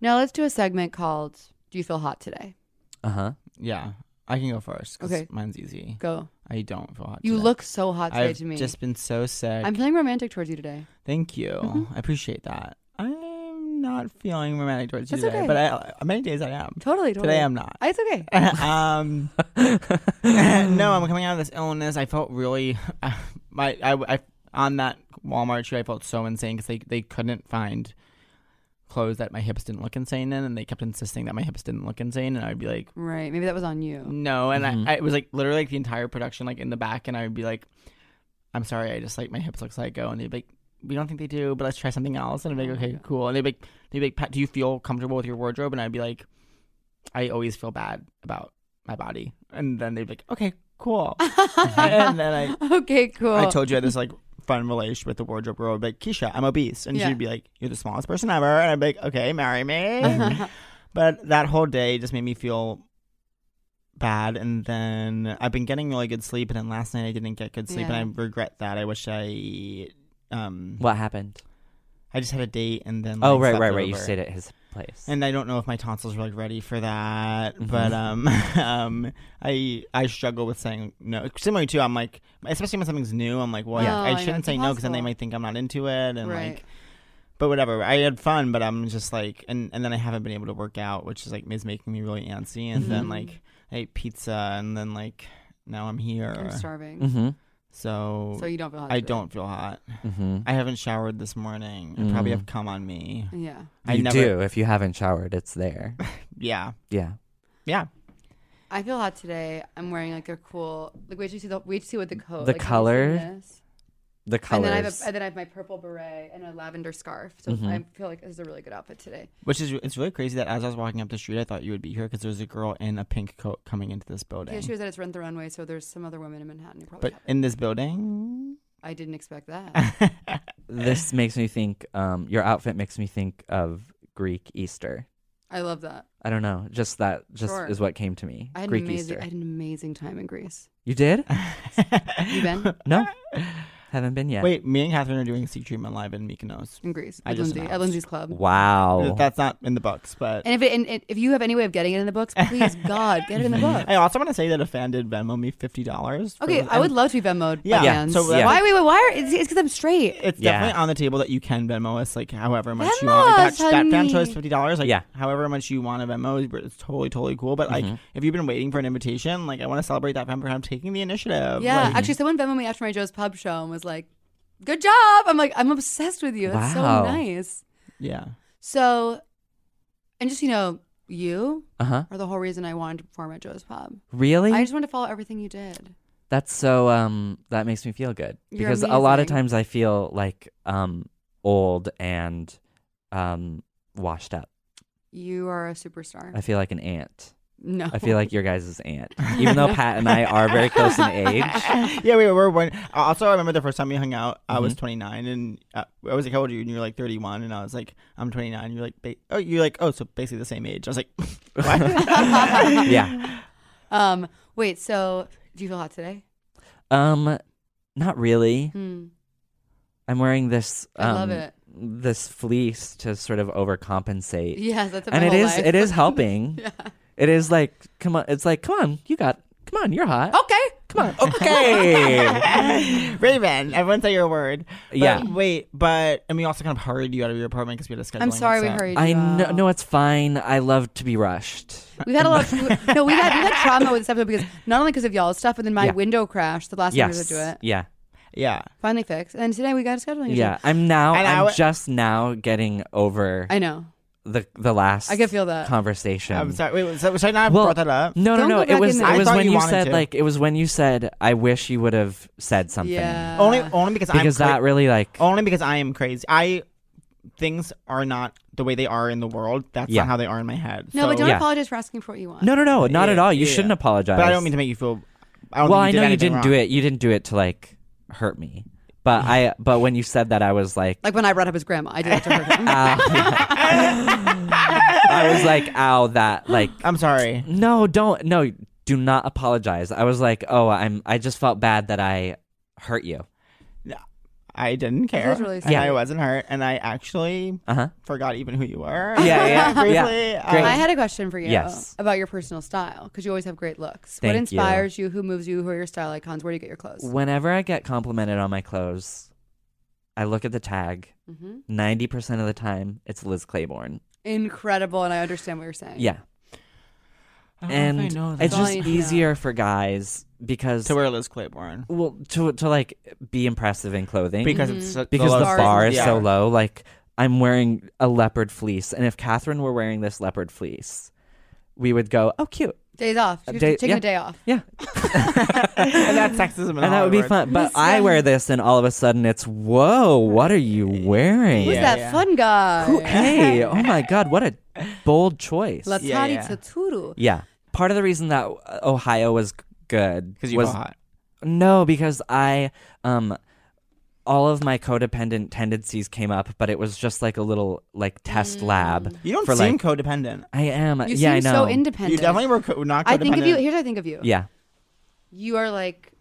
Speaker 1: Now let's do a segment called Do You Feel Hot Today?
Speaker 2: Uh huh.
Speaker 1: Mm-hmm.
Speaker 3: Yeah, I can go first. 'cause
Speaker 1: Okay.
Speaker 3: mine's easy.
Speaker 1: Go.
Speaker 3: I don't feel hot.
Speaker 1: You
Speaker 3: today.
Speaker 1: look so hot today
Speaker 3: I've
Speaker 1: to me.
Speaker 3: just been so sick.
Speaker 1: I'm feeling romantic towards you today.
Speaker 3: Thank you.
Speaker 1: Mm-hmm.
Speaker 3: I appreciate that. I'm not feeling romantic towards you
Speaker 1: That's
Speaker 3: today,
Speaker 1: okay.
Speaker 3: but I, uh, many days I am.
Speaker 1: Totally, totally. Ah,
Speaker 3: Today I'm not.
Speaker 1: It's okay.
Speaker 3: (laughs) um, (laughs) no, I'm coming out of this illness. I felt really, (sighs) my, I, I- on that Walmart shoot, I felt so insane because they, they couldn't find clothes that my hips didn't look insane in, and they kept insisting that my hips didn't look insane, and I'd be like,
Speaker 1: Right. Maybe that was on you. (laughs)
Speaker 3: no, and I, I it was like literally like the entire production like in the back, and I would be like, I'm sorry, I just like my hips look psycho, and they'd be like, we don't think they do, but let's try something else, and I'd be like, okay, cool, and they'd be like, they'd be like, Pat, do you feel comfortable with your wardrobe? And I'd be like, I always feel bad about my body, and then they'd be like, okay,
Speaker 1: (laughs)
Speaker 3: cool, (laughs) and then I
Speaker 1: Okay, cool. (laughs)
Speaker 3: I told you I had this like fun relationship with the wardrobe girl. I'd be like, Keisha, I'm obese. And
Speaker 1: Yeah.
Speaker 3: she'd be like, You're the smallest person ever. And I'd be like, Okay, marry
Speaker 1: Uh-huh.
Speaker 3: me. but that whole day just made me feel bad. And then I've been getting really good sleep. And then last night I didn't get good sleep.
Speaker 1: Yeah.
Speaker 3: And I regret that. I wish I. Um,
Speaker 2: What happened?
Speaker 3: I just had a date and then.
Speaker 2: Oh,
Speaker 3: like,
Speaker 2: right,
Speaker 3: slept
Speaker 2: right, right. You
Speaker 3: over.
Speaker 2: stayed at his place.
Speaker 3: And I don't know if my tonsils were like ready for that, but um, (laughs) um, I I struggle with saying no. Similar to I'm like, especially when something's new, I'm like, well,
Speaker 1: Yeah.
Speaker 3: I,
Speaker 1: Oh, I
Speaker 3: I
Speaker 1: know,
Speaker 3: shouldn't
Speaker 1: it's
Speaker 3: say no because then they
Speaker 1: impossible.
Speaker 3: might think I'm not into it, and
Speaker 1: Right.
Speaker 3: (laughs) like, but whatever. I had fun, but I'm just like, and and then I haven't been able to work out, which is like is making me really antsy, and
Speaker 1: Mm-hmm.
Speaker 3: then like I ate pizza, and then like now I'm here,
Speaker 1: I'm starving.
Speaker 3: (laughs)
Speaker 2: hmm
Speaker 3: so
Speaker 1: So you don't feel hot.
Speaker 3: uh, I
Speaker 1: today.
Speaker 3: don't feel hot.
Speaker 2: hmm
Speaker 3: I haven't showered this morning. I probably have cum on me.
Speaker 1: Yeah.
Speaker 3: I
Speaker 2: Mm. you
Speaker 3: never,
Speaker 2: do. If you haven't showered, it's
Speaker 1: (laughs)
Speaker 2: there.
Speaker 3: Yeah,
Speaker 2: Yeah.
Speaker 3: yeah.
Speaker 1: I feel hot today. I'm wearing like a cool. Like wait till you see the wait till you see what the coat.
Speaker 2: The
Speaker 1: like, have you seen
Speaker 2: color?
Speaker 1: this?
Speaker 2: The
Speaker 1: And
Speaker 2: colors.
Speaker 1: then I have a, and then I have my purple beret and a lavender scarf. So
Speaker 3: Mm-hmm.
Speaker 1: I feel like this is a really good outfit today.
Speaker 3: Which is it's really crazy that as I was walking up the street, I thought you would be here because there was a girl in a pink coat coming into this
Speaker 1: The
Speaker 3: building.
Speaker 1: issue is that it's Rent the Runway, so there's some other women in Manhattan who probably
Speaker 3: but
Speaker 1: have it.
Speaker 3: in this building,
Speaker 1: I didn't expect
Speaker 3: (laughs)
Speaker 1: that.
Speaker 2: this makes me think. Um, your outfit makes me think of Greek Easter.
Speaker 1: I love that.
Speaker 2: I don't know. Just that just
Speaker 1: Sure.
Speaker 2: is what came to me.
Speaker 1: I had
Speaker 2: Greek
Speaker 1: an amazing
Speaker 2: Easter.
Speaker 1: I had an amazing time in Greece.
Speaker 2: You did?
Speaker 1: You been
Speaker 2: No. Haven't been
Speaker 3: (laughs)
Speaker 2: yet.
Speaker 3: wait, me and Catherine are doing Sea Treatment live in Mykonos.
Speaker 1: in Greece
Speaker 3: I
Speaker 1: at
Speaker 3: just
Speaker 1: Lindsay at
Speaker 3: announced.
Speaker 1: Lindsay's club.
Speaker 2: Wow.
Speaker 3: That's not in the books, but
Speaker 1: And if it, and it, if you have any way of getting it in the books, please God, get it
Speaker 3: (laughs)
Speaker 1: in the books.
Speaker 3: I also want to say that a fan did Venmo me fifty dollars.
Speaker 1: Okay, I would love to be Venmoed.
Speaker 3: Yeah,
Speaker 1: by
Speaker 3: yeah.
Speaker 1: fans.
Speaker 3: So, uh,
Speaker 1: why? Wait, wait, why? Are, it's because I'm straight.
Speaker 3: It's
Speaker 2: Yeah.
Speaker 3: definitely on the table that you can Venmo us like however much you want. Like,
Speaker 1: Venmo us,
Speaker 3: that, that fan
Speaker 1: honey.
Speaker 3: chose fifty dollars. Like
Speaker 2: Yeah. Mm-hmm.
Speaker 3: however much you want to Venmo, but it's totally totally cool. But like if you've been waiting for an invitation, like I want to celebrate that fan for him taking the initiative.
Speaker 1: Yeah,
Speaker 3: Like,
Speaker 1: actually, someone Venmoed me after my Joe's Pub show and was like, "Good job." I'm like, I'm obsessed with you. That's
Speaker 2: Wow.
Speaker 1: so nice.
Speaker 3: yeah.
Speaker 1: So, and just you know, you
Speaker 2: Uh huh.
Speaker 1: are the whole reason I wanted to perform at Joe's Pub.
Speaker 2: Really?
Speaker 1: I just wanted to follow everything you did.
Speaker 2: that's so um that makes me feel good
Speaker 1: You're
Speaker 2: because a lot of
Speaker 1: amazing.
Speaker 2: times I feel like um old and um washed up.
Speaker 1: You are a superstar.
Speaker 2: I feel like an aunt.
Speaker 1: (laughs) no.
Speaker 2: I feel like your guys' aunt.
Speaker 1: (laughs)
Speaker 2: Even though Pat and I are very close in age.
Speaker 3: yeah, we were one. Also, I remember the first time we hung out. I
Speaker 2: Mm-hmm.
Speaker 3: was 29, and uh, I was like, "How old are you?" And you were like 31, and I was like, "I'm 29." You're like, ba- "Oh, you're like, oh, so basically the same age." I was like, (laughs)
Speaker 2: (laughs)
Speaker 3: "What?"
Speaker 2: Yeah.
Speaker 1: Um, wait, so do you feel hot today?
Speaker 2: Um not really.
Speaker 1: Hmm.
Speaker 2: I'm wearing this um
Speaker 1: I love it.
Speaker 2: this fleece to sort of overcompensate.
Speaker 1: Yes, that's
Speaker 2: and it is
Speaker 1: (laughs)
Speaker 2: it is helping. It is like come on it's like come on, you got come on, you're hot.
Speaker 1: Okay.
Speaker 2: Come on.
Speaker 1: (laughs)
Speaker 2: Okay.
Speaker 3: (laughs) Raven, everyone say your word. But
Speaker 2: Yeah.
Speaker 3: Wait, but and we also kind of hurried you out of your apartment because we had a schedule.
Speaker 1: I'm sorry we hurried you.
Speaker 2: I know,
Speaker 1: out. (laughs)
Speaker 2: no, it's fine. I love to be rushed.
Speaker 1: We've had a
Speaker 2: (laughs)
Speaker 1: lot of no, we've had we've had trauma with this episode because not only because of y'all's stuff, but then my
Speaker 2: Yeah.
Speaker 1: window crashed the last time we were
Speaker 2: yes.
Speaker 1: to do it.
Speaker 2: Yeah.
Speaker 3: Yeah.
Speaker 1: Finally fixed. And today we got a scheduling. issue.
Speaker 2: Yeah. I'm now.
Speaker 3: And I
Speaker 2: I'm
Speaker 3: w-
Speaker 2: just now getting over
Speaker 1: I know. the
Speaker 2: the the last.
Speaker 1: I can feel that.
Speaker 2: conversation.
Speaker 3: I'm sorry. Wait, so, should I not have
Speaker 2: Um, Well,
Speaker 3: brought that up?
Speaker 2: No, no,
Speaker 1: Don't
Speaker 2: no.
Speaker 1: go
Speaker 2: It
Speaker 1: back
Speaker 2: was
Speaker 1: in
Speaker 2: it
Speaker 1: there. I
Speaker 2: was
Speaker 3: thought
Speaker 2: when
Speaker 3: you
Speaker 2: you
Speaker 3: wanted
Speaker 2: said
Speaker 3: to.
Speaker 2: like it was when you said I wish you would have said something.
Speaker 1: Yeah.
Speaker 3: Only, only because, I'm
Speaker 2: Because
Speaker 3: cra-
Speaker 2: that really like
Speaker 3: only because I am crazy. I things are not the way they are in the world. That's
Speaker 2: Yeah.
Speaker 3: not how they are in my head.
Speaker 1: No, but
Speaker 3: So-
Speaker 1: don't
Speaker 2: Yeah.
Speaker 1: apologize for asking for what you want.
Speaker 2: No, no, no. Not
Speaker 3: Yeah,
Speaker 2: at all. You
Speaker 3: yeah.
Speaker 2: shouldn't apologize.
Speaker 3: But I don't mean to make you feel. I don't
Speaker 2: well, I
Speaker 3: think you
Speaker 2: know
Speaker 3: did
Speaker 2: you
Speaker 3: anything
Speaker 2: didn't do
Speaker 3: wrong.
Speaker 2: it. You didn't do it to like hurt me. But I but when you said that I was like "Ah."
Speaker 1: Like when I brought up his grandma, I did that to
Speaker 3: (laughs)
Speaker 1: her. grandma.
Speaker 2: I was like ow that like
Speaker 3: I'm sorry.
Speaker 2: No, don't. No, do not apologize. I was like, oh, I'm. I just felt bad that I hurt you.
Speaker 3: I didn't care.
Speaker 1: is really
Speaker 3: and
Speaker 2: Yeah.
Speaker 3: I wasn't hurt, and I actually
Speaker 2: Uh huh.
Speaker 3: forgot even who you were.
Speaker 2: Yeah, yeah,
Speaker 3: (laughs) briefly.
Speaker 2: yeah.
Speaker 3: Um,
Speaker 2: Great.
Speaker 1: I had a question for you
Speaker 2: Yes.
Speaker 1: about your personal style because you always have great looks.
Speaker 2: Thank
Speaker 1: what
Speaker 2: you.
Speaker 1: inspires you. Who moves you? Who are your style icons? Where do you get your clothes?
Speaker 2: Whenever I get complimented on my clothes, I look at the tag.
Speaker 1: Mhm.
Speaker 2: Ninety percent of the time, it's Liz Claiborne.
Speaker 1: Incredible, and I understand what you're saying.
Speaker 2: Yeah,
Speaker 3: I don't
Speaker 2: and
Speaker 3: know if I know
Speaker 2: it's
Speaker 3: that.
Speaker 2: just
Speaker 1: Fine, yeah.
Speaker 2: easier for guys because
Speaker 3: to wear Liz Claiborne
Speaker 2: well to to like be impressive in clothing
Speaker 3: because
Speaker 1: Mm.
Speaker 3: it's so-
Speaker 2: because
Speaker 3: the,
Speaker 2: the,
Speaker 3: low-
Speaker 1: lowest-
Speaker 2: bar is
Speaker 3: yeah.
Speaker 2: so low. Like I'm wearing a leopard fleece, and if Catherine were wearing this leopard fleece, we would go, oh, cute.
Speaker 1: days off.
Speaker 2: A
Speaker 1: You're
Speaker 2: day-
Speaker 1: taking
Speaker 2: yeah.
Speaker 1: a day off.
Speaker 2: Yeah,
Speaker 3: Oh, and that's sexism. in
Speaker 2: and that would be
Speaker 3: Hollywood.
Speaker 2: fun. But I wear this, and all of a sudden it's whoa! What are you wearing?
Speaker 1: Who's
Speaker 3: Yeah,
Speaker 1: that
Speaker 3: yeah.
Speaker 1: fun guy?
Speaker 2: (laughs)
Speaker 1: (laughs)
Speaker 2: Hey, oh my god, what a bold choice!
Speaker 1: Latari
Speaker 3: Yeah, yeah.
Speaker 1: Totoro.
Speaker 2: yeah, part of the reason that uh, Ohio was good
Speaker 3: 'Cause you
Speaker 2: was
Speaker 3: were hot.
Speaker 2: no, because I um. All of my codependent tendencies came up, but it was just like a little like test lab.
Speaker 3: You don't
Speaker 2: for
Speaker 3: seem
Speaker 2: like
Speaker 3: codependent.
Speaker 2: I am.
Speaker 1: Mm. You
Speaker 2: yeah,
Speaker 1: seem
Speaker 2: I know.
Speaker 1: so independent.
Speaker 3: You definitely were co- not codependent.
Speaker 1: I think of you. Here's what I think of you.
Speaker 2: Yeah.
Speaker 1: You are like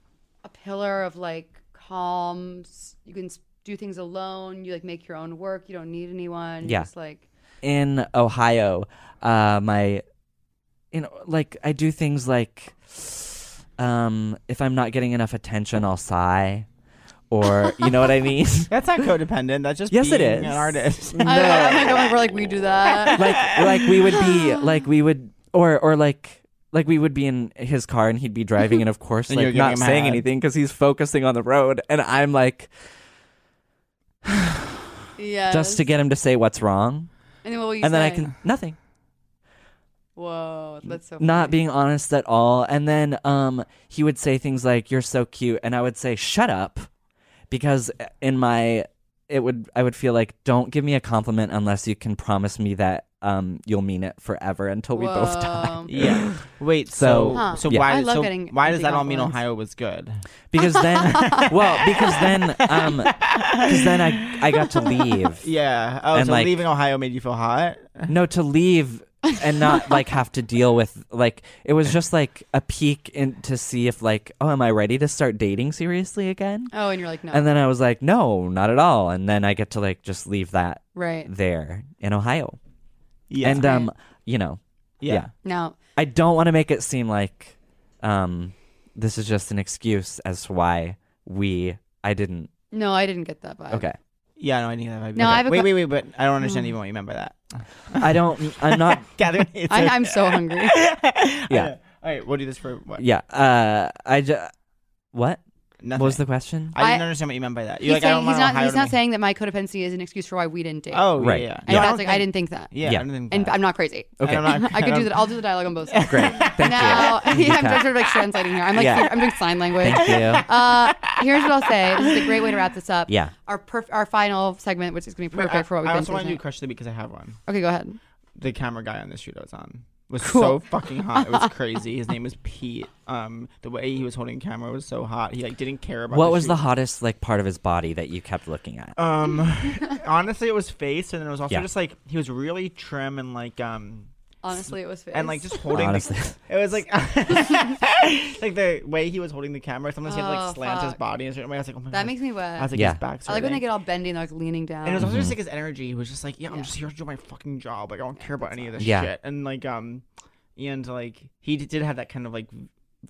Speaker 1: a pillar of like calm. s- You can s- do things alone. You like make your own work. You don't need anyone. You're
Speaker 2: Yeah.
Speaker 1: Just
Speaker 3: (laughs)
Speaker 1: like
Speaker 2: in Ohio, uh, my, you know, like I do things like, um, if I'm not getting enough attention, I'll sigh, or you know what I mean.
Speaker 3: That's not codependent. That's just
Speaker 2: Yes, it
Speaker 3: being
Speaker 2: is.
Speaker 3: an
Speaker 2: (laughs)
Speaker 3: artist.
Speaker 1: (laughs) I don't know. Oh my God, we're like we do
Speaker 3: (laughs)
Speaker 1: that.
Speaker 2: like, like we would be, like we would, or or like. Like we would be in his car and he'd be driving and of course
Speaker 3: And you're
Speaker 2: like
Speaker 3: getting
Speaker 2: not
Speaker 3: mad.
Speaker 2: saying anything because he's focusing on the road and I'm like
Speaker 1: yeah.
Speaker 2: just to get him to say what's wrong
Speaker 1: And then what will you
Speaker 2: and then I
Speaker 1: say?
Speaker 2: can nothing
Speaker 1: Whoa, that's so.
Speaker 2: not
Speaker 1: funny.
Speaker 2: being honest at all. And then um, he would say things like, "You're so cute," and I would say, "Shut up," because uh, in my it would I would feel like, "Don't give me a compliment unless you can promise me that um, you'll mean it forever until we both die."
Speaker 1: Whoa.
Speaker 3: (laughs) yeah. Wait. So
Speaker 2: So-
Speaker 3: so,
Speaker 1: Huh.
Speaker 2: Yeah.
Speaker 3: why
Speaker 1: I love
Speaker 3: so
Speaker 1: getting
Speaker 3: why does
Speaker 1: empty
Speaker 3: that all mean
Speaker 1: compliments.
Speaker 3: Ohio was good? (laughs)
Speaker 2: Because then, well, because then, um, because then I I got to
Speaker 3: (laughs)
Speaker 2: leave.
Speaker 3: Yeah. Oh,
Speaker 2: And,
Speaker 3: so
Speaker 2: like-
Speaker 3: leaving Ohio made you feel hot.
Speaker 2: No, to leave and not like have to deal with like it was just like a peek in to see if like oh am I ready to start dating seriously again?
Speaker 3: Uh-huh.
Speaker 1: Oh, and you're like no.
Speaker 2: And then I was like, no, not at all. And then I get to like just leave that
Speaker 1: right
Speaker 2: there in Ohio.
Speaker 3: Yeah.
Speaker 2: and um, you know,
Speaker 3: yeah.
Speaker 2: yeah.
Speaker 1: now,
Speaker 2: I don't want to make it seem like um this is just an excuse as to why we I didn't.
Speaker 1: no, I didn't get that vibe.
Speaker 2: Okay.
Speaker 3: Yeah, no, I think that might be.
Speaker 1: No, I have a
Speaker 3: wait,
Speaker 1: que-
Speaker 3: wait, wait, but I don't understand even what you meant by that. (laughs)
Speaker 2: I don't I'm not
Speaker 3: Catherine, it's
Speaker 1: I, (laughs)
Speaker 3: a-
Speaker 1: I'm so hungry.
Speaker 3: I
Speaker 2: Yeah.
Speaker 3: know. All right, we'll do this for what?
Speaker 2: yeah. Uh I just what?
Speaker 3: nothing.
Speaker 2: What was the question?
Speaker 3: I didn't
Speaker 1: I-
Speaker 3: understand what (laughs) you meant by that.
Speaker 1: He's,
Speaker 3: You're like, I
Speaker 1: saying,
Speaker 3: don't
Speaker 1: he's
Speaker 3: wanna
Speaker 1: not.
Speaker 3: hire
Speaker 1: He's
Speaker 3: them.
Speaker 1: not saying that my codependency is an excuse for why we didn't date.
Speaker 3: Oh,
Speaker 2: Right.
Speaker 3: yeah.
Speaker 1: and
Speaker 3: yeah.
Speaker 1: that's like I
Speaker 3: think-
Speaker 1: didn't think that.
Speaker 3: Yeah,
Speaker 2: Yeah.
Speaker 3: I didn't think
Speaker 1: and
Speaker 3: that.
Speaker 1: I'm not crazy. (laughs)
Speaker 2: Okay.
Speaker 3: And I'm not-
Speaker 1: I could do that. I'll do the dialogue on both. sides. (laughs)
Speaker 2: Great. Thank
Speaker 1: Now,
Speaker 2: you.
Speaker 1: yeah, I'm just sort of like translating here. I'm like,
Speaker 2: Yeah.
Speaker 1: I'm doing sign language. (laughs)
Speaker 2: Thank you.
Speaker 1: Uh, here's what I'll say. This is a great way to wrap this up.
Speaker 2: Yeah.
Speaker 1: Our perf- our final segment, which is going to be
Speaker 3: Wait,
Speaker 1: perfect
Speaker 3: (laughs) I,
Speaker 1: for what we've
Speaker 3: I
Speaker 1: been
Speaker 3: also want to do
Speaker 1: doing.
Speaker 3: crush the because I have one.
Speaker 1: Okay, go ahead.
Speaker 3: The camera guy on this shoot I was on was
Speaker 1: Cool.
Speaker 3: so fucking hot.
Speaker 1: (laughs)
Speaker 3: It was crazy. His name was Pete. Um, the way he was holding camera was so hot. He like didn't care about.
Speaker 2: What was
Speaker 3: shoot.
Speaker 2: the hottest like part of his body that you kept looking at?
Speaker 1: (laughs)
Speaker 3: Um, honestly, it was face, and then it was also
Speaker 2: Yeah.
Speaker 3: just like he was really trim and like um
Speaker 1: Honestly, it was face.
Speaker 3: and like just holding. the- (laughs)
Speaker 2: Honestly. (laughs)
Speaker 3: it was like like the way he was holding the camera. Sometimes he had to
Speaker 1: Oh,
Speaker 3: like slant his
Speaker 1: fuck.
Speaker 3: body in a certain way. I was like, oh my god,
Speaker 1: that makes me wet.
Speaker 3: I was like,
Speaker 2: Yeah.
Speaker 3: his back's
Speaker 1: I like when they
Speaker 3: hurting.
Speaker 1: get all bendy and they're like leaning down.
Speaker 3: And it was also
Speaker 2: Mm-hmm.
Speaker 3: just like his energy. He was just like, yeah, I'm
Speaker 1: Yeah.
Speaker 3: just here to do my fucking job. Like I don't care about any of this
Speaker 2: Yeah.
Speaker 3: shit. And like um, and like he d- did have that kind of like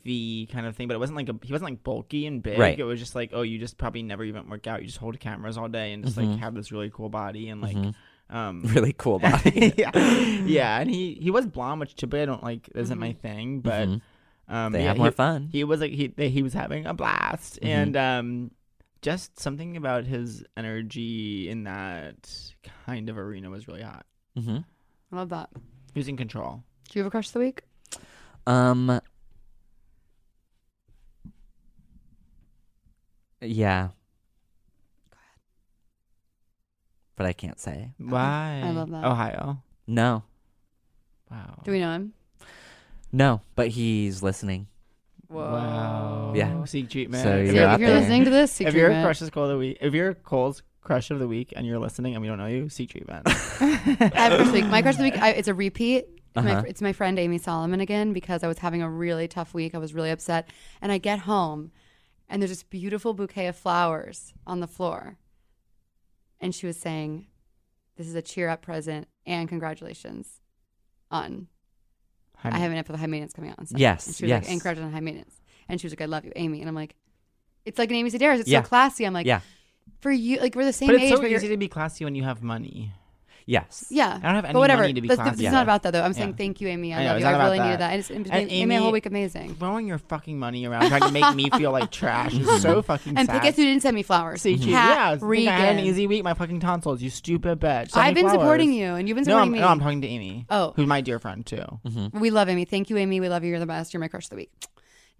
Speaker 3: V kind of thing, but it wasn't like a, he wasn't like bulky and big.
Speaker 2: Right.
Speaker 3: It was just like, oh, you just probably never even work out. You just hold cameras all day and just
Speaker 2: Mm-hmm.
Speaker 3: like have this really cool body and like um.
Speaker 2: (laughs) really cool body.
Speaker 3: (laughs) yeah, yeah, and he he was blonde, which typically I don't like isn't my thing, but
Speaker 2: Mhm.
Speaker 3: um,
Speaker 2: They
Speaker 3: yeah,
Speaker 2: have more
Speaker 3: he-
Speaker 2: fun.
Speaker 3: he was like he that he was having a blast
Speaker 2: Mhm.
Speaker 3: and um just something about his energy in that kind of arena was really hot
Speaker 2: hmm
Speaker 1: I love that.
Speaker 3: he was in control
Speaker 1: Do you have a crush of the week?
Speaker 2: Um. Yeah. But I can't say.
Speaker 3: why
Speaker 1: I love that.
Speaker 3: ohio
Speaker 2: No.
Speaker 3: wow
Speaker 1: Do we know him?
Speaker 2: No, but he's listening.
Speaker 1: Whoa.
Speaker 3: wow
Speaker 2: Yeah.
Speaker 3: seek treatment
Speaker 2: So
Speaker 3: if
Speaker 1: So
Speaker 2: you're
Speaker 3: you're,
Speaker 2: out
Speaker 1: if you're
Speaker 2: there.
Speaker 1: listening to this, seek
Speaker 3: if you're a
Speaker 1: treatment.
Speaker 3: crush is call of the week if you're cole's crush of the week and you're listening and we don't know you seek
Speaker 2: (laughs)
Speaker 3: treatment
Speaker 1: I have a crush of the week. My crush of the
Speaker 2: (coughs)
Speaker 1: week. I, it's a repeat. It's, my,
Speaker 2: Uh-huh.
Speaker 1: fr- it's my friend Amy Solomon again because I was having a really tough week. I was really upset, and I get home, and there's this beautiful bouquet of flowers on the floor, and she was saying, "This is a cheer up present and congratulations on
Speaker 3: Hi,
Speaker 1: I have an episode of High Maintenance coming out." On Sunday."
Speaker 2: Yes,
Speaker 1: and she was
Speaker 2: yes.
Speaker 1: like, "And congratulations on High Maintenance," and she was like, "I love you, Amy," and I'm like, "It's like an Amy Sedaris. It's
Speaker 2: Yeah.
Speaker 1: so classy." I'm like,
Speaker 2: Yeah.
Speaker 1: for you, like we're the same
Speaker 3: but it's
Speaker 1: age,
Speaker 3: so
Speaker 1: but you're
Speaker 3: easy to be classy when you have money
Speaker 2: Yes.
Speaker 1: yeah,
Speaker 3: I don't have any
Speaker 1: but whatever.
Speaker 3: money to be
Speaker 1: That's-
Speaker 3: classy
Speaker 1: It's
Speaker 3: with.
Speaker 1: not about that though. I'm saying
Speaker 3: Yeah.
Speaker 1: thank you, Amy. I,
Speaker 3: I know,
Speaker 1: love
Speaker 3: it's
Speaker 1: you.
Speaker 3: not
Speaker 1: I
Speaker 3: about
Speaker 1: really
Speaker 3: that.
Speaker 1: needed that. And it's, it's
Speaker 3: And
Speaker 1: made, it made my
Speaker 3: Amy-
Speaker 1: whole week amazing.
Speaker 3: throwing your fucking money around trying to make
Speaker 1: (laughs)
Speaker 3: me feel like trash is
Speaker 2: (laughs)
Speaker 3: so fucking
Speaker 1: And
Speaker 3: sad.
Speaker 1: Pickett who didn't send me flowers. Mm-hmm.
Speaker 3: See,
Speaker 1: Cat
Speaker 3: you- yeah, I think I had an
Speaker 1: Regan.
Speaker 3: easy week. My fucking tonsils, you stupid bitch. Send me
Speaker 1: I've been
Speaker 3: flowers.
Speaker 1: supporting you, and you've been
Speaker 3: No, I'm,
Speaker 1: supporting
Speaker 3: no, I'm
Speaker 1: me.
Speaker 3: talking to Amy.
Speaker 1: Oh.
Speaker 3: who's my dear friend too.
Speaker 1: we love Amy. Thank you, Amy. We love you. You're the best. You're my crush of the week.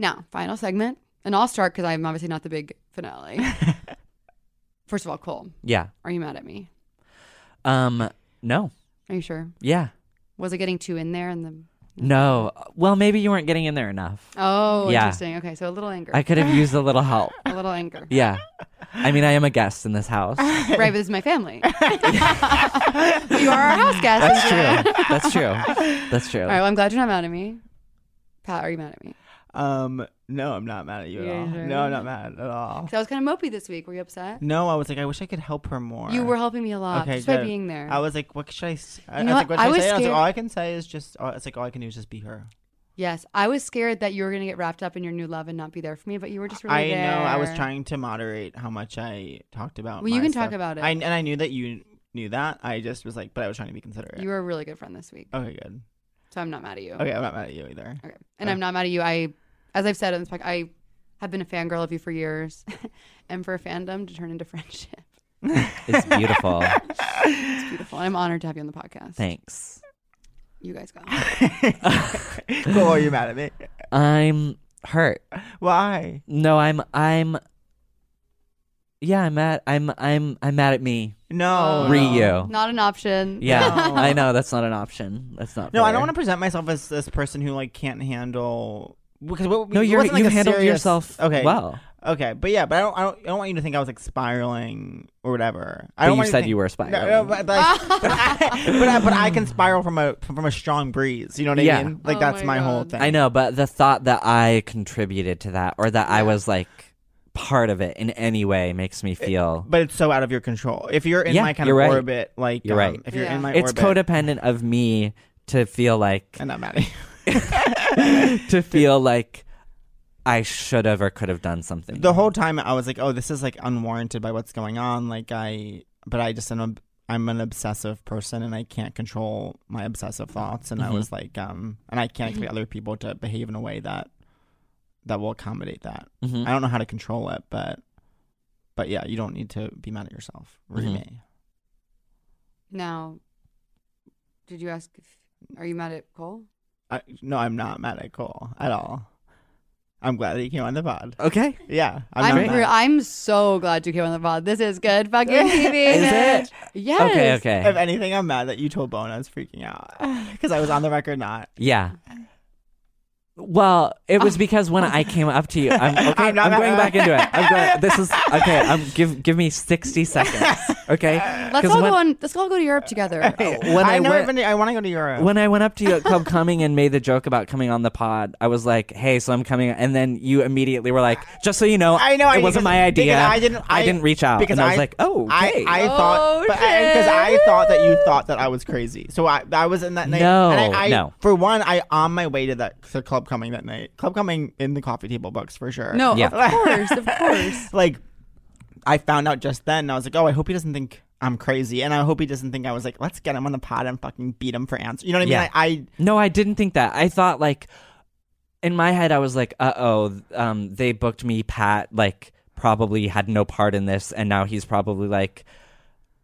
Speaker 1: Now, final segment, and I'll start because I'm obviously not the big (laughs) finale. First of all, Cole,
Speaker 2: Yeah.
Speaker 1: are you mad at me?
Speaker 2: Um. No.
Speaker 1: Are you sure?
Speaker 2: Yeah.
Speaker 1: Was it getting too in there? And the
Speaker 2: No. Well, maybe you weren't getting in there enough.
Speaker 1: oh,
Speaker 2: Yeah.
Speaker 1: interesting. Okay, so a little anger,
Speaker 2: I could have used a little help.
Speaker 1: a little (laughs) anger.
Speaker 2: Yeah. I mean, I am a guest in this house.
Speaker 1: Right, but this is my
Speaker 3: (laughs)
Speaker 1: family. you are our house guest.
Speaker 2: That's true. That's true. That's true.
Speaker 1: All right. Well, I'm glad you're not mad at me. Pat, are you mad at me?
Speaker 3: Um, no, I'm not mad at you at
Speaker 1: Yeah,
Speaker 3: all.
Speaker 1: sure.
Speaker 3: No, I'm not mad at all.
Speaker 1: Because I was kind of mopey this week. Were you upset?
Speaker 3: No, I was like, I wish I could help her more.
Speaker 1: You were helping me a lot
Speaker 3: Okay,
Speaker 1: just by
Speaker 3: good.
Speaker 1: being there.
Speaker 3: I was like, what should I? s-
Speaker 1: You
Speaker 3: I- I
Speaker 1: know
Speaker 3: was like,
Speaker 1: what?
Speaker 3: what should
Speaker 1: I
Speaker 3: I,
Speaker 1: was
Speaker 3: say? And I was like,
Speaker 1: scared-
Speaker 3: all I can say is just. all- It's like all I can do is just be her.
Speaker 1: yes, I was scared that you were going to get wrapped up in your new love and not be there for me, but you were just really
Speaker 3: I know. I was
Speaker 1: there.
Speaker 3: trying to moderate how much I talked about.
Speaker 1: Well, you
Speaker 3: my
Speaker 1: can talk
Speaker 3: stuff.
Speaker 1: about it.
Speaker 3: I, and I knew that you knew that. I just was like, but I was trying to be considerate.
Speaker 1: You were a really good friend this week,
Speaker 3: okay, good.
Speaker 1: so I'm not mad at you.
Speaker 3: Okay, I'm not mad at you either.
Speaker 1: Okay. And I'm not mad at you. I, as I've said on this podcast, I have been a fangirl of you for years, (laughs) and for a fandom to turn into friendship,
Speaker 2: It's beautiful.
Speaker 1: it's beautiful. I'm honored to have you on the podcast.
Speaker 2: Thanks.
Speaker 1: You guys go.
Speaker 3: (laughs) Cool, are you mad at me?
Speaker 2: I'm hurt.
Speaker 3: Why?
Speaker 2: No, I'm I'm Yeah, I'm mad I'm I'm I'm mad at me. Oh,
Speaker 3: No.
Speaker 2: Ryu.
Speaker 1: Not an option.
Speaker 2: Yeah.
Speaker 3: No.
Speaker 2: I know that's not an option. That's not
Speaker 3: No, I don't want to present myself as this person who like can't handle because what,
Speaker 2: No,
Speaker 3: it
Speaker 2: you're,
Speaker 3: wasn't, like,
Speaker 2: you
Speaker 3: a
Speaker 2: handled
Speaker 3: serious-
Speaker 2: yourself
Speaker 3: okay.
Speaker 2: well.
Speaker 3: Okay, but yeah, but I don't, I don't, I don't want you to think I was like spiraling or whatever. I
Speaker 2: But
Speaker 3: don't
Speaker 2: you
Speaker 3: want
Speaker 2: said
Speaker 3: to
Speaker 2: you
Speaker 3: think-
Speaker 2: were
Speaker 3: No,
Speaker 2: spiraling.
Speaker 1: (laughs)
Speaker 3: no, but, but, I, but, I, but I- but I can spiral from a from a strong breeze. You know what I
Speaker 2: Yeah.
Speaker 3: mean? Like
Speaker 1: Oh
Speaker 3: that's
Speaker 1: my
Speaker 3: my, whole
Speaker 1: God.
Speaker 3: thing.
Speaker 2: I know, but the thought that I contributed to that or that I was like part of it in any way makes me feel
Speaker 3: but it's so out of your control. If you're in
Speaker 2: Yeah,
Speaker 3: my kind
Speaker 2: you're
Speaker 3: of
Speaker 2: right.
Speaker 3: orbit, like
Speaker 2: You're
Speaker 3: um,
Speaker 2: right.
Speaker 3: If you're
Speaker 1: Yeah.
Speaker 3: in my
Speaker 2: it's
Speaker 3: orbit,
Speaker 2: codependent of me to feel like
Speaker 3: I'm not mad at you.
Speaker 2: to feel like I should have or could have done something.
Speaker 3: the whole time I was like, oh, this is like unwarranted by what's going on. Like I, but I just am a, I'm an obsessive person and I can't control my obsessive thoughts. And I was like, um, and I can't expect other people to behave in a way that that will accommodate that.
Speaker 2: Mhm.
Speaker 3: I don't know how to control it, but but yeah, you don't need to be mad at yourself. Or you
Speaker 2: Mhm.
Speaker 3: may.
Speaker 1: Now, did you ask if are you mad at Cole?
Speaker 3: I, no, I'm not mad at Cole at all. I'm glad that he came on the pod.
Speaker 1: (laughs)
Speaker 2: Okay.
Speaker 3: Yeah,
Speaker 1: I'm
Speaker 3: I'm, not
Speaker 1: re-
Speaker 3: mad.
Speaker 1: I'm so glad you came on the pod. This is good
Speaker 3: (laughs)
Speaker 1: fucking TV.
Speaker 2: Is it?
Speaker 1: Yes.
Speaker 2: Okay,
Speaker 3: If
Speaker 2: okay.
Speaker 3: anything, I'm mad that you told Bone I was freaking out because I was on the record not.
Speaker 2: Yeah. Well, it was because when I came up to you, I'm okay.
Speaker 3: I'm
Speaker 2: I'm,
Speaker 3: not-
Speaker 2: going back into it. I'm
Speaker 3: (laughs)
Speaker 2: going. This is okay. I'm give give me sixty seconds.
Speaker 3: (laughs)
Speaker 2: Okay.
Speaker 1: Let's
Speaker 2: 'Cause
Speaker 1: all
Speaker 2: when,
Speaker 1: go on. Let's all go to Europe together. Oh,
Speaker 2: When
Speaker 3: I,
Speaker 2: I,
Speaker 3: never
Speaker 2: went,
Speaker 3: been. To, I want to go to Europe.
Speaker 2: (laughs) when I went up to you at Club Coming and made the joke about coming on the pod, I was like, "Hey, so I'm coming," and then you immediately were like, "Just so you know,
Speaker 3: I know I
Speaker 2: it wasn't my
Speaker 3: because
Speaker 2: idea.
Speaker 3: I didn't.
Speaker 2: I, didn't reach out."
Speaker 3: because
Speaker 2: and I was like, "Oh, okay.
Speaker 3: (laughs) I, I
Speaker 1: Oh,
Speaker 3: thought because I
Speaker 1: shit.
Speaker 3: thought that you thought that I was crazy. So I I was in that night.
Speaker 2: No,
Speaker 3: and I, I,
Speaker 2: no.
Speaker 3: For one, I on my way to that to club coming that night. Club coming in the coffee table books for sure. (laughs)
Speaker 1: No,
Speaker 2: Yeah.
Speaker 1: of course, of course.
Speaker 3: like I found out just then. And I was like, oh, I hope he doesn't think I'm crazy, and I hope he doesn't think I was like, let's get him on the pod and fucking beat him for answers. You know what I mean?
Speaker 2: Yeah.
Speaker 3: I, I
Speaker 2: No, I didn't think that. I thought like in my head I was like, "Uh oh, um, they booked me. Pat like probably had no part in this, and now he's probably like,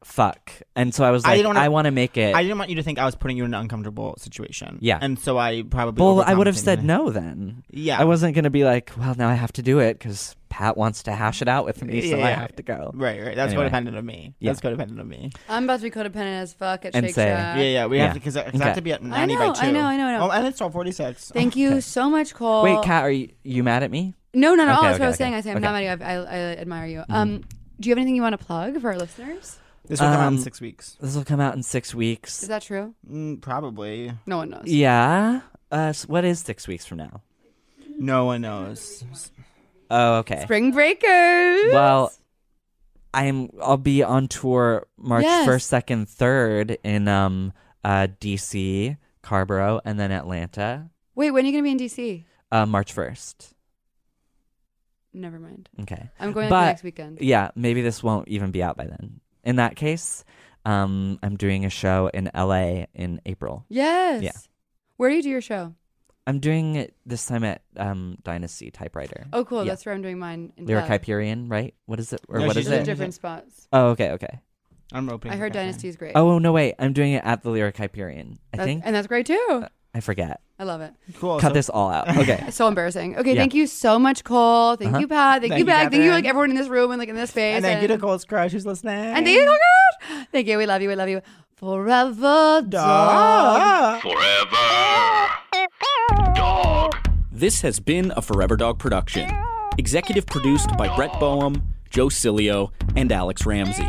Speaker 2: fuck." And so I was
Speaker 3: I
Speaker 2: like, "I,
Speaker 3: didn't wanna-
Speaker 2: want to make it."
Speaker 3: I didn't want you to think I was putting you in an uncomfortable situation.
Speaker 2: Yeah.
Speaker 3: and so I probably
Speaker 2: well, I would have
Speaker 3: overcompensated.
Speaker 2: said no then.
Speaker 3: Yeah,
Speaker 2: I wasn't gonna be like, "Well, now I have to do it because Pat wants to hash it out with me, so
Speaker 3: Yeah,
Speaker 2: I
Speaker 3: yeah.
Speaker 2: have to go."
Speaker 3: Right, right. That's
Speaker 2: Anyway.
Speaker 3: codependent of me.
Speaker 2: Yeah.
Speaker 3: That's codependent of me.
Speaker 1: I'm about to be codependent as fuck at
Speaker 2: And
Speaker 1: Shake
Speaker 2: say-
Speaker 1: Shack.
Speaker 3: yeah, yeah. We
Speaker 2: Yeah.
Speaker 3: have to because I have
Speaker 2: Okay.
Speaker 3: to be at
Speaker 1: Uh, I
Speaker 3: ninety
Speaker 1: know,
Speaker 3: by two.
Speaker 1: I know, I know, I know.
Speaker 3: Oh, and it's twelve forty-six.
Speaker 1: Thank you so much, Cole.
Speaker 2: Wait, Kat, are you, you mad at me?
Speaker 1: No, not at all.
Speaker 2: Okay,
Speaker 1: That's what
Speaker 2: okay,
Speaker 1: I was
Speaker 2: okay. Mm-hmm.
Speaker 1: saying. I say I'm not mad at you. I, I, I admire you. Um, do you have anything you want to plug for our listeners?
Speaker 3: This will come out in
Speaker 2: Um,
Speaker 3: six weeks.
Speaker 2: This will come out in six
Speaker 1: Is
Speaker 2: weeks.
Speaker 1: that true?
Speaker 3: Mm, probably.
Speaker 1: No one knows.
Speaker 2: Yeah. Uh, s- what is six weeks from now?
Speaker 3: No one knows.
Speaker 2: Oh, okay.
Speaker 1: Spring Breakers.
Speaker 2: Well, I'm I'll be on tour March
Speaker 1: Yes.
Speaker 2: first, second, third in um uh DC, Carborough, and then Atlanta,
Speaker 1: Wait, when are you gonna be in DC?
Speaker 2: uh March first.
Speaker 1: Never mind.
Speaker 2: Okay.
Speaker 1: I'm going like,
Speaker 2: But-
Speaker 1: next weekend.
Speaker 2: Yeah, maybe this won't even be out by then. In that case, um I'm doing a show in LA in April.
Speaker 1: Yes.
Speaker 2: Yeah.
Speaker 1: Where do you do your show?
Speaker 2: I'm doing it this time at um Dynasty Typewriter.
Speaker 1: Oh, cool.
Speaker 2: Yeah.
Speaker 1: That's where I'm doing mine. In
Speaker 2: Lyric
Speaker 1: Bed.
Speaker 2: Hyperion, right? What is it? Or
Speaker 3: No,
Speaker 2: what
Speaker 3: she's
Speaker 2: is
Speaker 1: Those
Speaker 3: doing
Speaker 1: are
Speaker 2: it?
Speaker 3: it-
Speaker 1: different spots.
Speaker 2: Oh, okay, okay.
Speaker 3: I'm roping.
Speaker 1: I
Speaker 3: it
Speaker 1: heard
Speaker 3: back in.
Speaker 1: Dynasty is great.
Speaker 2: Oh no, wait! I'm doing it at the Lyric Hyperion. I
Speaker 1: That's-
Speaker 2: think
Speaker 1: and that's great too.
Speaker 2: I forget.
Speaker 1: I love it.
Speaker 3: Cool.
Speaker 2: Cut
Speaker 3: Oh, so-
Speaker 2: this all out.
Speaker 1: (laughs)
Speaker 2: Okay.
Speaker 1: It's so embarrassing. Okay,
Speaker 2: Yeah. Uh-huh.
Speaker 1: thank you so much, Cole. Thank you, Pat. Thank,
Speaker 3: Thank
Speaker 1: you,
Speaker 3: you,
Speaker 1: Beck. Thank you, like everyone
Speaker 3: Catherine.
Speaker 1: in this room and like in this space.
Speaker 3: And thank you to Cole's crush who's listening.
Speaker 1: And thank you, oh God. Thank you. We love you. We love you. Forever
Speaker 3: Oh,
Speaker 1: dog.
Speaker 4: Forever. Dog.
Speaker 5: This has been a Forever Dog production. Executive produced by Brett Boehm, Joe Cilio, and Alex Ramsey.